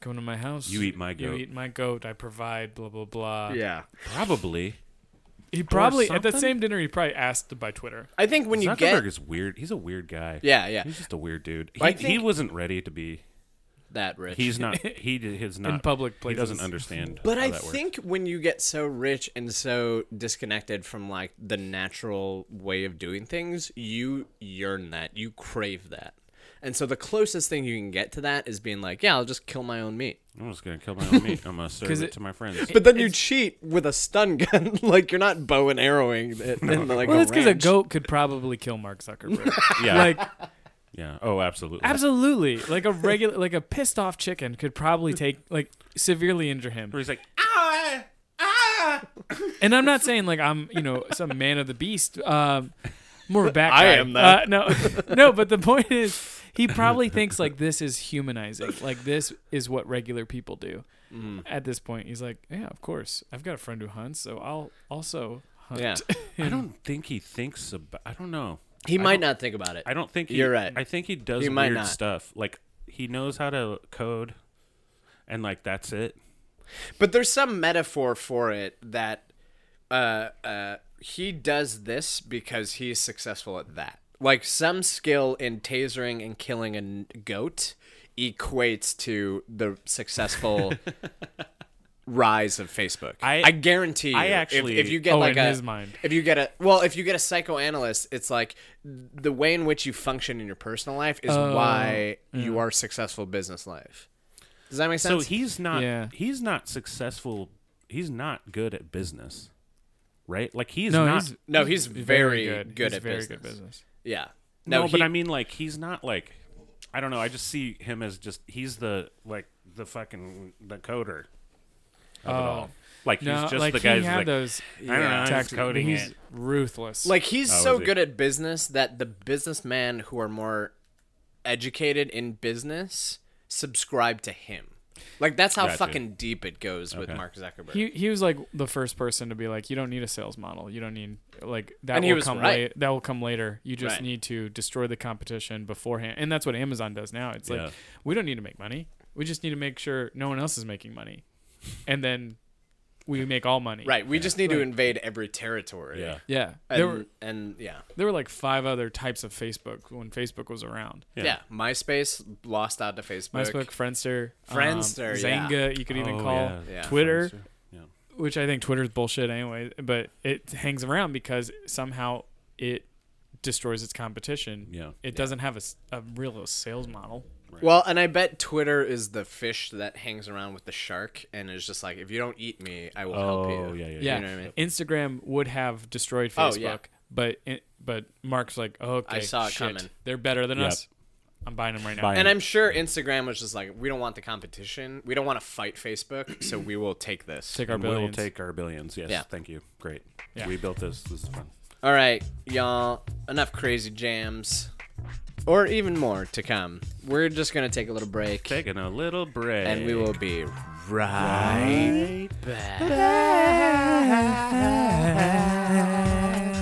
[SPEAKER 1] come to my house,
[SPEAKER 4] You eat my
[SPEAKER 1] you
[SPEAKER 4] goat.
[SPEAKER 1] eat my goat, I provide, blah blah blah.
[SPEAKER 2] Yeah,
[SPEAKER 4] Probably.
[SPEAKER 1] He probably at that
[SPEAKER 4] something?
[SPEAKER 1] same dinner he probably asked by Twitter.
[SPEAKER 2] I think when you
[SPEAKER 4] Zuckerberg
[SPEAKER 2] get
[SPEAKER 4] is weird. He's a weird guy.
[SPEAKER 2] yeah, yeah,
[SPEAKER 4] He's just a weird dude. He,
[SPEAKER 2] I
[SPEAKER 4] he
[SPEAKER 2] think-
[SPEAKER 4] wasn't ready to be.
[SPEAKER 2] that rich.
[SPEAKER 4] He's not. He did his not
[SPEAKER 1] public
[SPEAKER 4] Uh, He doesn't
[SPEAKER 1] places.
[SPEAKER 4] understand.
[SPEAKER 2] But
[SPEAKER 4] how
[SPEAKER 2] I
[SPEAKER 4] that works.
[SPEAKER 2] think when you get so rich and so disconnected from like the natural way of doing things, you yearn that, you crave that. And so the closest thing you can get to that is being like, yeah, I'll just kill my own meat.
[SPEAKER 4] I'm just gonna kill my own meat. I'm gonna serve it,
[SPEAKER 1] it-
[SPEAKER 4] to my friends.
[SPEAKER 2] But then you cheat with a stun gun, like you're not bow and arrowing it. In, like,
[SPEAKER 1] Well,
[SPEAKER 2] a
[SPEAKER 1] that's because a
[SPEAKER 2] ranch.
[SPEAKER 1] goat could probably kill Mark Zuckerberg.
[SPEAKER 4] yeah.
[SPEAKER 1] Like
[SPEAKER 4] yeah. Oh, absolutely.
[SPEAKER 1] absolutely, like a regular, like a pissed off chicken could probably take like severely injure him.
[SPEAKER 4] Where he's like, ah, ah.
[SPEAKER 1] And I'm not saying like I'm, you know, some man of the beast. Um, more of a back
[SPEAKER 2] I
[SPEAKER 1] guy.
[SPEAKER 2] am that.
[SPEAKER 1] Uh, no, no. But the point is, he probably thinks like this is humanizing. Like this is what regular people do.
[SPEAKER 2] Mm-hmm.
[SPEAKER 1] At this point, he's like, yeah, of course. I've got a friend who hunts, so I'll also hunt.
[SPEAKER 2] Yeah.
[SPEAKER 4] I don't think he thinks about. I don't know.
[SPEAKER 2] He
[SPEAKER 4] I
[SPEAKER 2] might
[SPEAKER 4] don't-
[SPEAKER 2] not think about it.
[SPEAKER 4] I don't think he,
[SPEAKER 2] You're right.
[SPEAKER 4] I think he does
[SPEAKER 2] He might
[SPEAKER 4] weird
[SPEAKER 2] not.
[SPEAKER 4] stuff. Like he knows how to code, and like that's it.
[SPEAKER 2] But there's some metaphor for it that uh, uh, he does this because he's successful at that. Like some skill in tasering and killing a n- goat equates to the successful rise of Facebook.
[SPEAKER 4] I-
[SPEAKER 2] guarantee you.
[SPEAKER 4] I
[SPEAKER 2] if-
[SPEAKER 4] actually-
[SPEAKER 2] if, you get
[SPEAKER 1] Oh,
[SPEAKER 2] like
[SPEAKER 1] in
[SPEAKER 2] a
[SPEAKER 1] his mind.
[SPEAKER 2] if you get a well, if you get a psychoanalyst, it's like the way in which you function in your personal life is why you are successful business life. Does that make
[SPEAKER 4] So
[SPEAKER 2] sense?
[SPEAKER 4] he's not.
[SPEAKER 1] Yeah.
[SPEAKER 4] He's not successful. He's not good at business, right? Like he's
[SPEAKER 1] No,
[SPEAKER 4] not.
[SPEAKER 1] he's
[SPEAKER 2] No, he's very good
[SPEAKER 1] He's
[SPEAKER 2] at
[SPEAKER 1] very
[SPEAKER 2] business.
[SPEAKER 1] good business.
[SPEAKER 2] Yeah.
[SPEAKER 4] no,
[SPEAKER 2] he-
[SPEAKER 4] but I mean, like he's not like. I don't know. I just see him as just he's the like the fucking the coder. Of it all. Like
[SPEAKER 1] Oh, No,
[SPEAKER 4] he's just
[SPEAKER 1] like
[SPEAKER 4] the guy
[SPEAKER 1] he
[SPEAKER 4] who's
[SPEAKER 1] had
[SPEAKER 4] like.
[SPEAKER 1] those.
[SPEAKER 4] I don't know. I'm just
[SPEAKER 1] tactics.
[SPEAKER 4] coding
[SPEAKER 1] he's
[SPEAKER 4] it.
[SPEAKER 1] ruthless.
[SPEAKER 2] like he's
[SPEAKER 4] Oh,
[SPEAKER 2] so
[SPEAKER 4] is he?
[SPEAKER 2] good at business that the businessmen who are more educated in business subscribe to him. Like that's how
[SPEAKER 4] Gotcha.
[SPEAKER 2] fucking deep it goes with
[SPEAKER 4] Okay.
[SPEAKER 2] Mark Zuckerberg.
[SPEAKER 1] He, he was like the first person to be like, you don't need a sales model. You don't need like that
[SPEAKER 2] And he
[SPEAKER 1] will
[SPEAKER 2] was
[SPEAKER 1] come
[SPEAKER 2] right.
[SPEAKER 1] late. That will come later. You just
[SPEAKER 2] Right.
[SPEAKER 1] need to destroy the competition beforehand, and that's what Amazon does now. It's like
[SPEAKER 4] Yeah.
[SPEAKER 1] we don't need to make money. We just need to make sure no one else is making money, and then we make all money.
[SPEAKER 2] right. We just need to invade every territory.
[SPEAKER 4] Yeah.
[SPEAKER 1] Yeah.
[SPEAKER 2] And,
[SPEAKER 1] there were
[SPEAKER 2] and yeah.
[SPEAKER 1] there were like five other types of Facebook when Facebook was around.
[SPEAKER 2] yeah. MySpace lost out to Facebook.
[SPEAKER 1] Facebook, Friendster, um,
[SPEAKER 2] Friendster, yeah.
[SPEAKER 1] Zanga. You could even
[SPEAKER 4] Oh,
[SPEAKER 1] call
[SPEAKER 4] yeah.
[SPEAKER 2] Yeah.
[SPEAKER 1] Twitter.
[SPEAKER 4] Yeah.
[SPEAKER 1] which I think Twitter's bullshit anyway, but it hangs around because somehow it destroys its competition.
[SPEAKER 4] Yeah.
[SPEAKER 1] It doesn't have a, s- a real sales model.
[SPEAKER 2] Well, and I bet Twitter is the fish that hangs around with the shark and is just like, if you don't eat me, I will help you.
[SPEAKER 4] Oh yeah, yeah,
[SPEAKER 1] Yeah.
[SPEAKER 2] know what I mean?
[SPEAKER 1] Instagram would have destroyed Facebook,
[SPEAKER 2] Oh, yeah.
[SPEAKER 1] but it, but Mark's like, oh, okay,
[SPEAKER 2] I saw it
[SPEAKER 1] shit.
[SPEAKER 2] coming.
[SPEAKER 1] They're better than
[SPEAKER 4] Yep.
[SPEAKER 1] us. I'm buying them right now.
[SPEAKER 4] Buy 'em.
[SPEAKER 2] And I'm sure Instagram was just like, we don't want the competition. We don't want to fight Facebook, so we will take this.
[SPEAKER 1] Take our
[SPEAKER 4] we will
[SPEAKER 1] billions.
[SPEAKER 4] take our billions. Yes,
[SPEAKER 2] Yeah.
[SPEAKER 4] thank you. Great.
[SPEAKER 1] Yeah.
[SPEAKER 4] We built this. This is fun.
[SPEAKER 2] All right, y'all. Enough crazy jams, or even more to come. We're just gonna take a little break,
[SPEAKER 4] Taking a little break.
[SPEAKER 2] and we will be right back.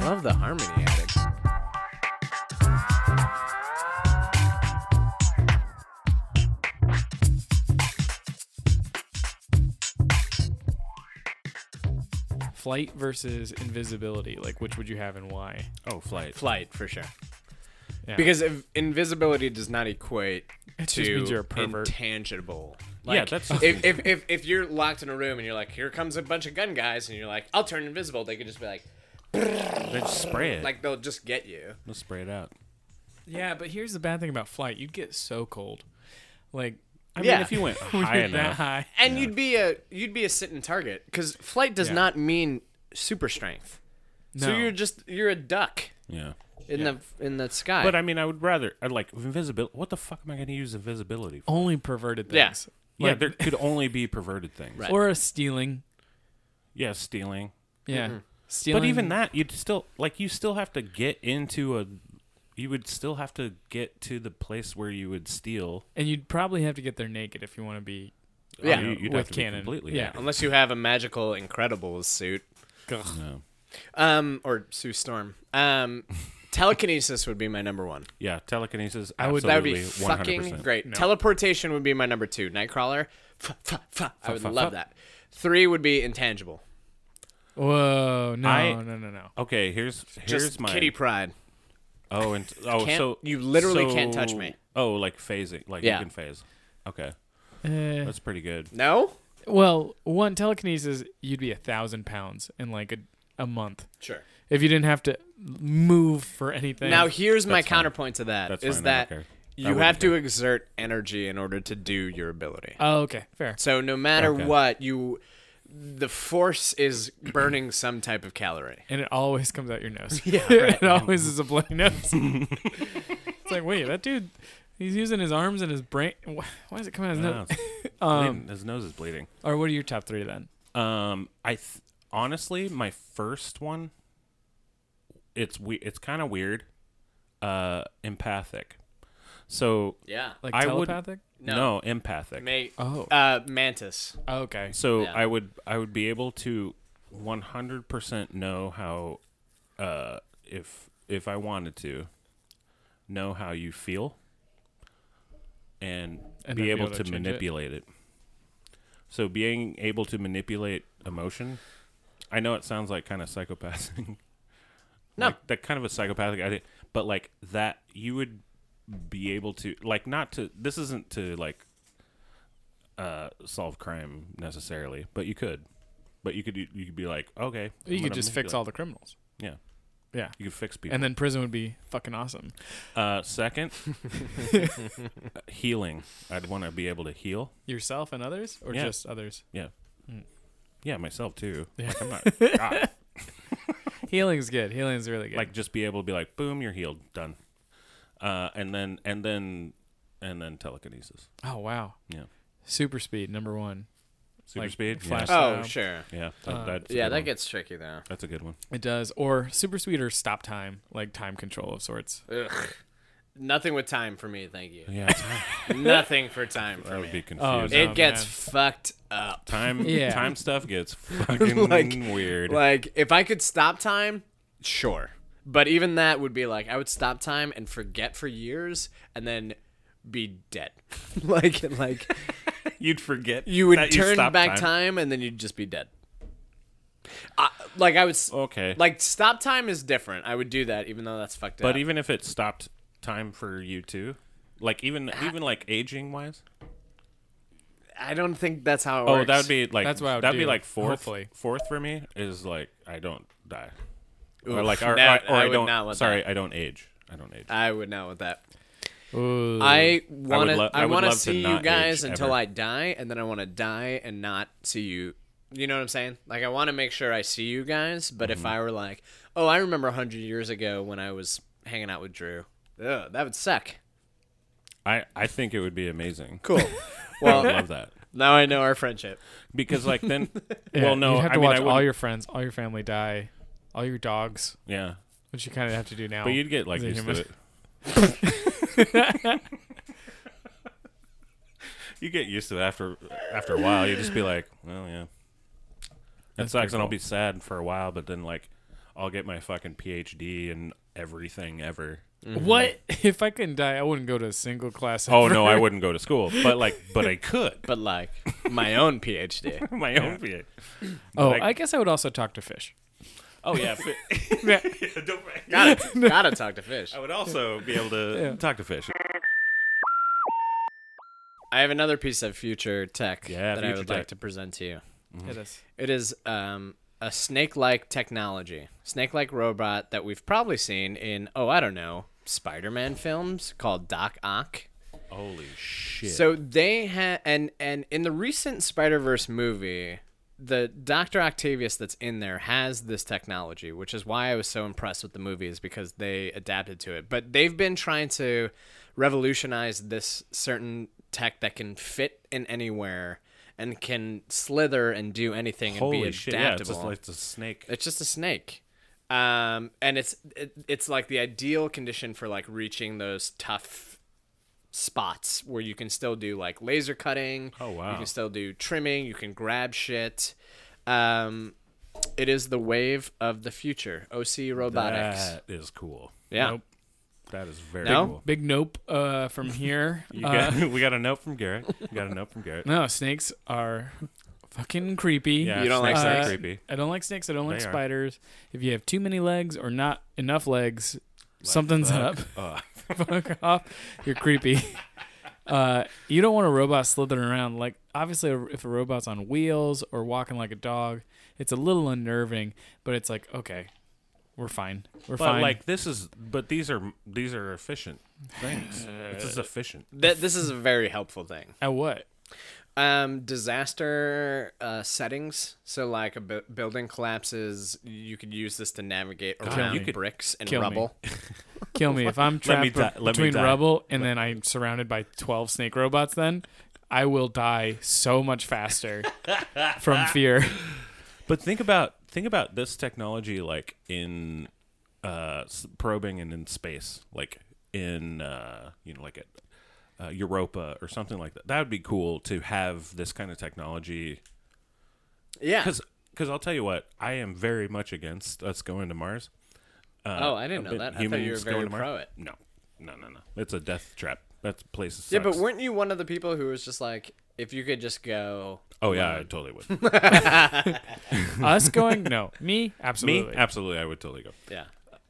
[SPEAKER 2] Love the harmony addict.
[SPEAKER 1] Flight versus invisibility. Like, which would you have and why?
[SPEAKER 4] Oh, flight.
[SPEAKER 2] Flight for sure.
[SPEAKER 1] Yeah.
[SPEAKER 2] Because if invisibility does not equate
[SPEAKER 1] It
[SPEAKER 2] to
[SPEAKER 1] just means you're a pervert.
[SPEAKER 2] intangible.
[SPEAKER 4] Yeah, that's-
[SPEAKER 2] if, if, if if you're locked in a room and you're like, here comes a bunch of gun guys, and you're like, I'll turn invisible. They could just be like,
[SPEAKER 4] They just spray it.
[SPEAKER 2] like they'll just get you.
[SPEAKER 4] Let's spray it out.
[SPEAKER 1] Yeah, but here's the bad thing about flight. You'd get so cold. Like, I
[SPEAKER 2] Yeah.
[SPEAKER 1] mean, if
[SPEAKER 4] If you went
[SPEAKER 1] you
[SPEAKER 4] high
[SPEAKER 1] that
[SPEAKER 4] enough,
[SPEAKER 1] high.
[SPEAKER 2] And you'd be a you'd be a sitting target because flight does
[SPEAKER 1] Yeah.
[SPEAKER 2] not mean super strength. So
[SPEAKER 1] No.
[SPEAKER 2] you're just you're a duck
[SPEAKER 4] yeah.
[SPEAKER 2] in the in the sky.
[SPEAKER 4] But I mean, I would rather I'd like invisibility. What the fuck am I going to use invisibility for?
[SPEAKER 1] only perverted
[SPEAKER 2] Yeah.
[SPEAKER 1] things.
[SPEAKER 4] yeah, there could only be perverted things.
[SPEAKER 2] Right.
[SPEAKER 1] Or a stealing.
[SPEAKER 4] Yeah, stealing.
[SPEAKER 2] Mm-hmm.
[SPEAKER 1] Yeah. Stealing,
[SPEAKER 4] But even that, you'd still like you still have to get into a. You would still have to get to the place where you would steal.
[SPEAKER 1] and you'd probably have to get there naked if you want to be.
[SPEAKER 2] Yeah.
[SPEAKER 4] you, you'd
[SPEAKER 1] With
[SPEAKER 4] have to be
[SPEAKER 1] cannon.
[SPEAKER 4] completely.
[SPEAKER 1] Yeah.
[SPEAKER 4] naked.
[SPEAKER 2] Unless you have a magical Incredibles suit.
[SPEAKER 4] No.
[SPEAKER 2] Um, or Sue Storm. Um, telekinesis would be my number one.
[SPEAKER 4] Yeah, telekinesis.
[SPEAKER 1] I would-
[SPEAKER 4] Absolutely,
[SPEAKER 2] That would be
[SPEAKER 4] 100%.
[SPEAKER 2] fucking great. Teleportation would be my number two. Nightcrawler. Fa, fa, fa. I would
[SPEAKER 4] fa,
[SPEAKER 2] love
[SPEAKER 4] fa.
[SPEAKER 2] that. Three would be intangible.
[SPEAKER 1] Whoa! No,
[SPEAKER 4] I-
[SPEAKER 1] no, no, no.
[SPEAKER 4] Okay, here's here's
[SPEAKER 2] Just
[SPEAKER 4] my
[SPEAKER 2] kitty pride.
[SPEAKER 4] oh and oh
[SPEAKER 2] Can't-
[SPEAKER 4] so
[SPEAKER 2] you literally can't
[SPEAKER 4] so-
[SPEAKER 2] touch me.
[SPEAKER 4] Oh, like phasing, like
[SPEAKER 2] Yeah.
[SPEAKER 4] you can phase. Okay,
[SPEAKER 1] Eh.
[SPEAKER 4] that's pretty good.
[SPEAKER 2] No?
[SPEAKER 1] Well, one telekinesis, you'd be a thousand pounds in like a a month
[SPEAKER 2] Sure.
[SPEAKER 1] if you didn't have to move for anything.
[SPEAKER 2] Now here's my
[SPEAKER 4] That's fine.
[SPEAKER 2] counterpoint to that
[SPEAKER 4] That's
[SPEAKER 2] is
[SPEAKER 4] fine, I
[SPEAKER 2] that
[SPEAKER 4] don't care. I
[SPEAKER 2] you
[SPEAKER 4] wouldn't
[SPEAKER 2] have to exert energy in order to do your ability.
[SPEAKER 1] oh, okay, fair.
[SPEAKER 2] So no matter
[SPEAKER 4] Okay.
[SPEAKER 2] what, you the force is burning some type of calorie.
[SPEAKER 1] And it always comes out your nose. Yeah, it always is a bloody nose. it's like, wait, that dude, he's using his arms and his brain. Why why is it coming out his
[SPEAKER 4] No,
[SPEAKER 1] nose?
[SPEAKER 4] it's
[SPEAKER 2] Um,
[SPEAKER 4] bleeding. his nose is bleeding.
[SPEAKER 1] Or what are your top three then?
[SPEAKER 4] Um, I th- honestly, my first one, it's we, it's kind of weird. Uh, empathic. So
[SPEAKER 2] Yeah.
[SPEAKER 1] Like
[SPEAKER 4] I would-
[SPEAKER 1] telepathic?
[SPEAKER 2] No.
[SPEAKER 4] no, empathic.
[SPEAKER 2] Mate,
[SPEAKER 1] Oh.
[SPEAKER 2] uh, mantis.
[SPEAKER 4] Oh,
[SPEAKER 1] okay.
[SPEAKER 4] So
[SPEAKER 2] Yeah.
[SPEAKER 4] I would I would be able to 100% know how uh if if I wanted to know how you feel and,
[SPEAKER 1] And then
[SPEAKER 4] be
[SPEAKER 1] be
[SPEAKER 4] able
[SPEAKER 1] able
[SPEAKER 4] to
[SPEAKER 1] to change it.
[SPEAKER 4] manipulate it. So being able to manipulate emotion I know it sounds like kind of psychopathic.
[SPEAKER 2] No.
[SPEAKER 4] Like, that kind of a psychopathic idea, but like that you would be able to like not to this isn't to like uh solve crime necessarily, but you could. But you could you could be like, okay,
[SPEAKER 1] You could
[SPEAKER 4] I'm gonna
[SPEAKER 1] just fix
[SPEAKER 4] manipulate.
[SPEAKER 1] all the criminals.
[SPEAKER 4] Yeah.
[SPEAKER 1] Yeah.
[SPEAKER 4] You could fix people.
[SPEAKER 1] And then prison would be fucking awesome.
[SPEAKER 4] uh second healing. I'd want to be able to heal.
[SPEAKER 1] Yourself and others? Or
[SPEAKER 4] Yeah.
[SPEAKER 1] just others?
[SPEAKER 4] Yeah. Yeah, myself too.
[SPEAKER 1] Yeah.
[SPEAKER 4] Like I'm not God.
[SPEAKER 1] Healing's good. Healing's really good.
[SPEAKER 4] like just be able to be like boom you're healed done uh and then and then and then telekinesis
[SPEAKER 1] oh, wow.
[SPEAKER 4] yeah
[SPEAKER 1] Super speed, number one.
[SPEAKER 4] super
[SPEAKER 1] Like
[SPEAKER 4] speed
[SPEAKER 1] flash-
[SPEAKER 4] yeah,
[SPEAKER 2] Oh,
[SPEAKER 1] So-
[SPEAKER 2] sure.
[SPEAKER 4] yeah that-
[SPEAKER 1] Uh,
[SPEAKER 4] that's a
[SPEAKER 2] yeah,
[SPEAKER 4] good
[SPEAKER 2] that
[SPEAKER 4] one.
[SPEAKER 2] gets tricky though.
[SPEAKER 4] that's a good one
[SPEAKER 1] It does. Or super speed or stop time, like time control of sorts.
[SPEAKER 2] Ugh. Nothing with time for me, thank you.
[SPEAKER 4] yeah time-
[SPEAKER 2] Nothing for time for
[SPEAKER 4] that would
[SPEAKER 2] me.
[SPEAKER 1] Oh,
[SPEAKER 4] be confusing
[SPEAKER 1] no.
[SPEAKER 2] It gets
[SPEAKER 1] man.
[SPEAKER 2] fucked up.
[SPEAKER 4] time
[SPEAKER 1] Yeah.
[SPEAKER 4] time stuff gets fucking
[SPEAKER 2] Like-
[SPEAKER 4] weird
[SPEAKER 2] Like if I could stop time, sure. But even that would be like I would stop time and forget for years and then be dead. like like
[SPEAKER 4] you'd forget
[SPEAKER 2] you would
[SPEAKER 4] that
[SPEAKER 2] turn
[SPEAKER 4] stopped
[SPEAKER 2] back time. and then you'd just be dead. I, like I was
[SPEAKER 4] okay
[SPEAKER 2] like stop time is different. I would do that even though that's fucked
[SPEAKER 4] but
[SPEAKER 2] up.
[SPEAKER 4] even if it stopped time for you too like even even like aging wise
[SPEAKER 2] I don't think that's how it
[SPEAKER 4] oh
[SPEAKER 2] works.
[SPEAKER 4] that would be like
[SPEAKER 1] That's what I would
[SPEAKER 4] that'd be
[SPEAKER 1] do,
[SPEAKER 4] like fourth
[SPEAKER 1] hopefully.
[SPEAKER 4] fourth for me is like i don't die or
[SPEAKER 2] Oof.
[SPEAKER 4] like or,
[SPEAKER 2] No,
[SPEAKER 4] or, or
[SPEAKER 2] I
[SPEAKER 4] I,
[SPEAKER 2] would
[SPEAKER 4] don't
[SPEAKER 2] not want Uh,
[SPEAKER 4] sorry i don't age i don't age
[SPEAKER 2] I would not with that.
[SPEAKER 1] Ooh.
[SPEAKER 2] I want
[SPEAKER 4] lo-
[SPEAKER 2] to.
[SPEAKER 4] I
[SPEAKER 2] I
[SPEAKER 4] would
[SPEAKER 2] want to
[SPEAKER 4] love to
[SPEAKER 2] see you
[SPEAKER 4] not
[SPEAKER 2] guys
[SPEAKER 4] age
[SPEAKER 2] until
[SPEAKER 4] ever.
[SPEAKER 2] I die, and then I want to die and not see you. You know what I'm saying? Like I want to make sure I see you guys. But
[SPEAKER 4] Mm-hmm.
[SPEAKER 2] if I were like, oh, I remember hundred years ago when I was hanging out with Drew. Ugh, that would suck.
[SPEAKER 4] I, I think it would be amazing.
[SPEAKER 2] Cool.
[SPEAKER 4] I would
[SPEAKER 2] Well,
[SPEAKER 4] love that
[SPEAKER 2] now I know our friendship.
[SPEAKER 4] because like then,
[SPEAKER 1] Yeah,
[SPEAKER 4] well no,
[SPEAKER 1] you'd have to
[SPEAKER 4] I mean
[SPEAKER 1] watch
[SPEAKER 4] I
[SPEAKER 1] all
[SPEAKER 4] wouldn't-
[SPEAKER 1] your friends, all your family die, all your dogs,
[SPEAKER 4] yeah,
[SPEAKER 1] which you kind of have to do now.
[SPEAKER 4] but you'd get like
[SPEAKER 1] as a
[SPEAKER 4] used
[SPEAKER 1] human.
[SPEAKER 4] to it. you get used to it after after a while. You just be like, well, yeah, that sucks,
[SPEAKER 1] pretty
[SPEAKER 4] and I'll
[SPEAKER 1] cool.
[SPEAKER 4] be sad for a while, but then like I'll get my fucking PhD and everything ever.
[SPEAKER 1] What if I couldn't die? I wouldn't go to a single class.
[SPEAKER 4] Mm-hmm. Oh
[SPEAKER 1] ever.
[SPEAKER 4] no, I wouldn't go to school, but like, but I could
[SPEAKER 2] But like my own PhD.
[SPEAKER 4] my own PhD.
[SPEAKER 1] Oh,
[SPEAKER 4] Like-
[SPEAKER 1] I guess I would also talk to fish.
[SPEAKER 4] Oh yeah, fi-
[SPEAKER 2] Gotta gotta talk to fish.
[SPEAKER 4] I would also be able to talk to fish.
[SPEAKER 2] I have another piece of future tech
[SPEAKER 4] Yeah,
[SPEAKER 2] that I
[SPEAKER 4] future
[SPEAKER 2] would like
[SPEAKER 4] tech.
[SPEAKER 2] to present to you.
[SPEAKER 4] Mm-hmm.
[SPEAKER 1] It is.
[SPEAKER 2] It is um, a snake-like technology, snake-like robot that we've probably seen in oh I don't know Spider-Man films called Doc Ock.
[SPEAKER 4] Holy shit!
[SPEAKER 2] So they had and and in the recent Spider-Verse movie, the Doctor Octavius that's in there has this technology, which is why I was so impressed with the movie is because they adapted to it. But they've been trying to revolutionize this certain tech that can fit in anywhere and can slither and do anything and
[SPEAKER 4] Holy
[SPEAKER 2] be
[SPEAKER 4] shit! Yeah, it's
[SPEAKER 2] adaptable.
[SPEAKER 4] just like a snake.
[SPEAKER 2] It's just a snake. Um, and it's it, it's like the ideal condition for like reaching those tough spots where you can still do like laser cutting.
[SPEAKER 4] Oh,
[SPEAKER 2] You
[SPEAKER 4] wow.
[SPEAKER 2] can still do trimming. You can grab shit. Um, it is the wave of the future. OC robotics.
[SPEAKER 4] That is cool.
[SPEAKER 2] yeah.
[SPEAKER 1] Nope.
[SPEAKER 4] That is very
[SPEAKER 2] No?
[SPEAKER 4] cool.
[SPEAKER 1] Big nope uh, from here.
[SPEAKER 4] You
[SPEAKER 1] Uh,
[SPEAKER 4] got, we got a note from Garrett. We got a note from Garrett.
[SPEAKER 1] no, snakes are fucking creepy.
[SPEAKER 4] Yeah,
[SPEAKER 2] You don't like
[SPEAKER 4] snakes are
[SPEAKER 1] Uh,
[SPEAKER 4] creepy.
[SPEAKER 1] I don't like snakes. I don't like
[SPEAKER 4] They are.
[SPEAKER 1] spiders. If you have too many legs or not enough legs, something's up.
[SPEAKER 4] Uh,
[SPEAKER 1] Fuck off. You're creepy. Uh, you don't want a robot slithering around. Like, obviously, if a robot's on wheels or walking like a dog, it's a little unnerving, but it's like, okay, we're fine. We're
[SPEAKER 4] but
[SPEAKER 1] fine.
[SPEAKER 4] like this is, but these are these are efficient things. this is efficient.
[SPEAKER 2] Th- this is a very helpful thing.
[SPEAKER 1] At what?
[SPEAKER 2] Um, disaster uh, settings. So, like a bu- building collapses, you could use this to navigate around
[SPEAKER 1] you
[SPEAKER 4] could
[SPEAKER 2] bricks and
[SPEAKER 1] kill me.
[SPEAKER 2] rubble.
[SPEAKER 1] Kill me. If I'm
[SPEAKER 4] me
[SPEAKER 1] trapped
[SPEAKER 4] die-
[SPEAKER 1] be-
[SPEAKER 4] let me
[SPEAKER 1] between
[SPEAKER 4] die.
[SPEAKER 1] rubble and then I'm surrounded by 12 snake robots, then I will die so much faster from fear.
[SPEAKER 4] But think about think about this technology like in uh, s- probing and in space, like in uh, you know like at uh, Europa or something like that. That would be cool to have this kind of technology
[SPEAKER 2] Yeah.
[SPEAKER 4] because because I'll tell you what, I am very much against us going to Mars. Uh,
[SPEAKER 2] Oh, I didn't know
[SPEAKER 4] but
[SPEAKER 2] that. I thought you were
[SPEAKER 4] humans
[SPEAKER 2] very
[SPEAKER 4] going to Mars-
[SPEAKER 2] pro it.
[SPEAKER 4] No, no, no, no. It's a death trap. That place sucks.
[SPEAKER 2] Yeah, but weren't you one of the people who was just like, if you could just go?
[SPEAKER 4] oh yeah, I totally would.
[SPEAKER 1] Us going? No. Me?
[SPEAKER 4] Me,
[SPEAKER 1] Absolutely.
[SPEAKER 4] absolutely, I would totally go.
[SPEAKER 2] Yeah.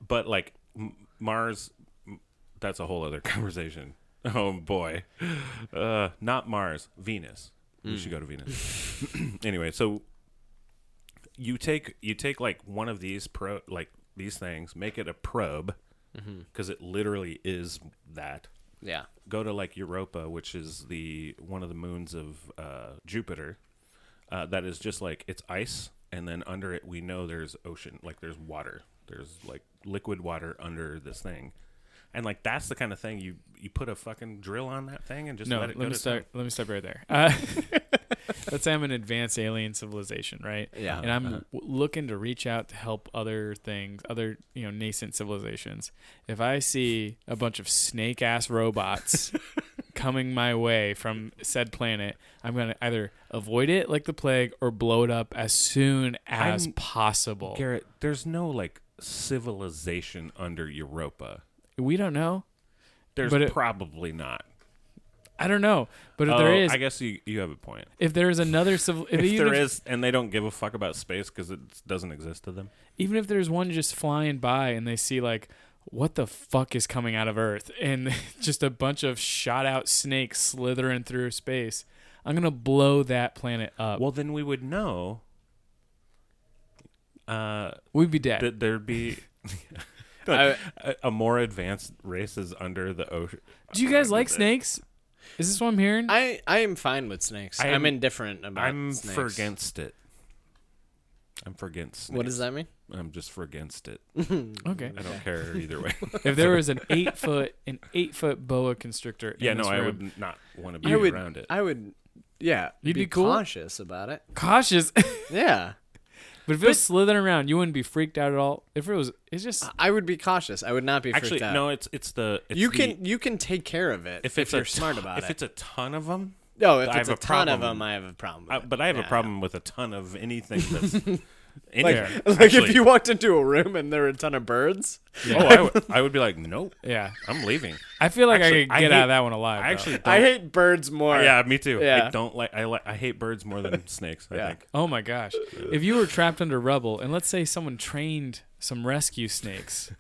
[SPEAKER 4] But like m- Mars, m- that's a whole other conversation. Oh boy, uh, not Mars, Venus. We should go to Venus. anyway, so you take you take like one of these pro like these things, make it a probe because it literally is that.
[SPEAKER 2] Yeah.
[SPEAKER 4] Go to like Europa, which is the one of the moons of uh, Jupiter. Uh, that is just like it's ice, and then under it we know there's ocean, like there's water, there's like liquid water under this thing, and like that's the kind of thing you you put a fucking drill on that thing and just
[SPEAKER 1] No,
[SPEAKER 4] let
[SPEAKER 1] let,
[SPEAKER 4] it go
[SPEAKER 1] me
[SPEAKER 4] to
[SPEAKER 1] start. Let me stop right there. Uh, let's say I'm an advanced alien civilization, right?
[SPEAKER 2] Yeah.
[SPEAKER 1] And I'm w- looking to reach out to help other things, other you know nascent civilizations. If I see a bunch of snake ass robots coming my way from said planet, I'm gonna either avoid it like the plague or blow it up as soon as
[SPEAKER 4] I'm-
[SPEAKER 1] possible.
[SPEAKER 4] Garrett, there's no like civilization under Europa.
[SPEAKER 1] we don't know.
[SPEAKER 4] There's
[SPEAKER 1] But it-
[SPEAKER 4] probably not.
[SPEAKER 1] I don't know. But if
[SPEAKER 4] oh,
[SPEAKER 1] there is,
[SPEAKER 4] I guess you you have a point.
[SPEAKER 1] if there is another civil, if,
[SPEAKER 4] If
[SPEAKER 1] even
[SPEAKER 4] there
[SPEAKER 1] if-
[SPEAKER 4] is, and they don't give a fuck about space because it doesn't exist to them.
[SPEAKER 1] even if there's one just flying by and they see like what the fuck is coming out of earth and just a bunch of shot out snakes slithering through space i'm gonna blow that planet up
[SPEAKER 4] Well, then we would know. Uh,
[SPEAKER 1] we'd be dead
[SPEAKER 4] that there'd be like, a, a more advanced race is under the ocean.
[SPEAKER 1] do you guys like
[SPEAKER 4] Uh,
[SPEAKER 1] snakes is this what i'm hearing
[SPEAKER 2] I I am fine with snakes. I'm,
[SPEAKER 4] I'm-
[SPEAKER 2] indifferent about
[SPEAKER 4] I'm
[SPEAKER 2] snakes.
[SPEAKER 4] for against it. I'm for against. Snakes.
[SPEAKER 2] What does that mean?
[SPEAKER 4] I'm just for against it.
[SPEAKER 1] okay
[SPEAKER 4] I don't care either way.
[SPEAKER 1] if there was an eight foot an eight foot boa constrictor in
[SPEAKER 4] yeah, no,
[SPEAKER 1] this
[SPEAKER 4] I
[SPEAKER 1] room,
[SPEAKER 4] would not want to be
[SPEAKER 2] I would.
[SPEAKER 4] around it.
[SPEAKER 2] I would. Yeah.
[SPEAKER 1] You'd be
[SPEAKER 2] be
[SPEAKER 1] cool?
[SPEAKER 2] cautious about it.
[SPEAKER 1] cautious but
[SPEAKER 2] Yeah.
[SPEAKER 1] if it was slithering around you wouldn't be freaked out at all if it was it's just
[SPEAKER 4] Uh,
[SPEAKER 2] I would be cautious. I would not be
[SPEAKER 4] Actually,
[SPEAKER 2] freaked out.
[SPEAKER 4] no, it's it's the it's
[SPEAKER 2] you
[SPEAKER 4] the-
[SPEAKER 2] can you can take care of it
[SPEAKER 4] if it's a
[SPEAKER 2] you're smart
[SPEAKER 4] ton-
[SPEAKER 2] about
[SPEAKER 4] if
[SPEAKER 2] it.
[SPEAKER 4] it's a ton of them.
[SPEAKER 2] no, if
[SPEAKER 4] I
[SPEAKER 2] it's a,
[SPEAKER 4] have a
[SPEAKER 2] ton of
[SPEAKER 4] problem.
[SPEAKER 2] them, I have a problem. With
[SPEAKER 4] Uh,
[SPEAKER 2] it.
[SPEAKER 4] but I have
[SPEAKER 2] Yeah.
[SPEAKER 4] a problem with a ton of anything that's anywhere.
[SPEAKER 2] Like if
[SPEAKER 4] actually.
[SPEAKER 2] you walked into a room and there were a ton of birds,
[SPEAKER 4] Oh, I would, I would be like, nope,
[SPEAKER 1] yeah
[SPEAKER 4] I'm leaving.
[SPEAKER 1] i feel like
[SPEAKER 4] Actually,
[SPEAKER 1] i could
[SPEAKER 4] I
[SPEAKER 1] get out
[SPEAKER 4] hate-
[SPEAKER 1] of that one alive
[SPEAKER 4] I
[SPEAKER 1] though.
[SPEAKER 4] actually,
[SPEAKER 2] I
[SPEAKER 4] don't-
[SPEAKER 2] hate birds more.
[SPEAKER 4] Uh, yeah, me too.
[SPEAKER 2] Yeah.
[SPEAKER 4] I don't like I like I hate birds more than snakes. I
[SPEAKER 2] Yeah.
[SPEAKER 4] think.
[SPEAKER 1] Oh my gosh. If you were trapped under rubble, and let's say someone trained some rescue snakes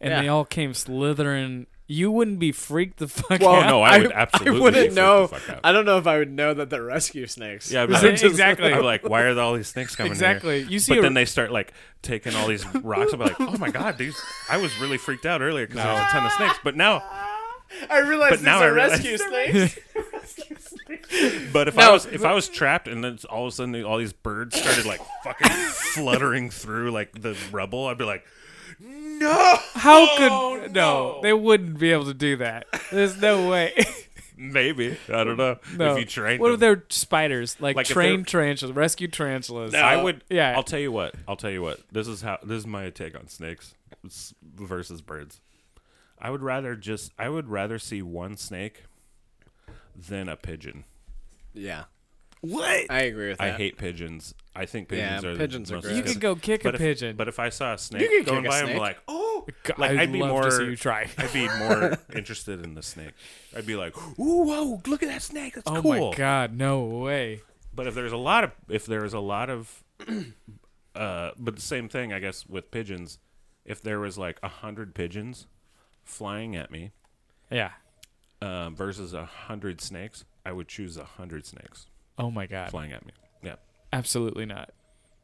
[SPEAKER 1] and
[SPEAKER 2] Yeah.
[SPEAKER 1] they all came slithering, you wouldn't be freaked the fuck
[SPEAKER 2] Well,
[SPEAKER 1] out.
[SPEAKER 4] no, I would absolutely
[SPEAKER 2] I wouldn't
[SPEAKER 4] freak the
[SPEAKER 2] know.
[SPEAKER 4] fuck out.
[SPEAKER 2] I don't know if I would know that they're rescue snakes.
[SPEAKER 4] Yeah, I'd be
[SPEAKER 1] Is
[SPEAKER 4] like,
[SPEAKER 1] it- exactly.
[SPEAKER 4] I'd be like, why are all these snakes coming in here?
[SPEAKER 1] Exactly. You see
[SPEAKER 4] But
[SPEAKER 1] a-
[SPEAKER 4] then they start like taking all these rocks. I'm like, oh my god, these! I was really freaked out earlier because there was a ton of snakes. But now,
[SPEAKER 2] I realize
[SPEAKER 4] But
[SPEAKER 2] these
[SPEAKER 4] now I
[SPEAKER 2] are
[SPEAKER 4] realize-
[SPEAKER 2] rescue snakes.
[SPEAKER 4] but if I
[SPEAKER 2] No,
[SPEAKER 4] was if I was trapped and then all of a sudden all these birds started like fucking fluttering through like the rubble, I'd be like, no.
[SPEAKER 1] How could no. They wouldn't be able to do that. There's no way.
[SPEAKER 4] Maybe I don't know
[SPEAKER 1] No.
[SPEAKER 4] if you train
[SPEAKER 1] What
[SPEAKER 4] them.
[SPEAKER 1] are their spiders? Like,
[SPEAKER 4] Like, if
[SPEAKER 1] trained
[SPEAKER 4] they're-
[SPEAKER 1] tarantulas, rescued tarantulas.
[SPEAKER 4] I would.
[SPEAKER 1] yeah.
[SPEAKER 4] Uh, I'll tell you what. I'll tell you what. This is how. This is my take on snakes s- versus birds. I would rather just. I would rather see one snake than a pigeon.
[SPEAKER 2] Yeah,
[SPEAKER 4] What?
[SPEAKER 2] I agree with
[SPEAKER 4] I
[SPEAKER 2] that.
[SPEAKER 4] hate pigeons. I think
[SPEAKER 2] Yeah,
[SPEAKER 4] pigeons are
[SPEAKER 2] pigeons
[SPEAKER 4] the
[SPEAKER 2] are
[SPEAKER 4] most
[SPEAKER 2] gross.
[SPEAKER 1] you could go kick
[SPEAKER 4] but
[SPEAKER 1] a
[SPEAKER 4] if,
[SPEAKER 1] pigeon.
[SPEAKER 4] But if I saw a snake
[SPEAKER 2] could
[SPEAKER 4] going
[SPEAKER 2] kick a
[SPEAKER 4] by, I'm
[SPEAKER 2] snake.
[SPEAKER 4] like, oh,
[SPEAKER 1] God,
[SPEAKER 4] like
[SPEAKER 1] I'd
[SPEAKER 4] I'd be
[SPEAKER 1] love
[SPEAKER 4] more.
[SPEAKER 1] to see you try.
[SPEAKER 4] I'd be more interested in the snake. I'd be like, ooh, whoa, look at that snake. That's
[SPEAKER 1] oh
[SPEAKER 4] cool.
[SPEAKER 1] my god, no way.
[SPEAKER 4] But if there's a lot of if there is a lot of uh but the same thing I guess with pigeons, if there was like a hundred pigeons flying at me
[SPEAKER 1] Yeah.
[SPEAKER 4] um, versus a hundred snakes, I would choose a hundred snakes
[SPEAKER 1] Oh my god.
[SPEAKER 4] flying at me. Yeah.
[SPEAKER 1] Absolutely not.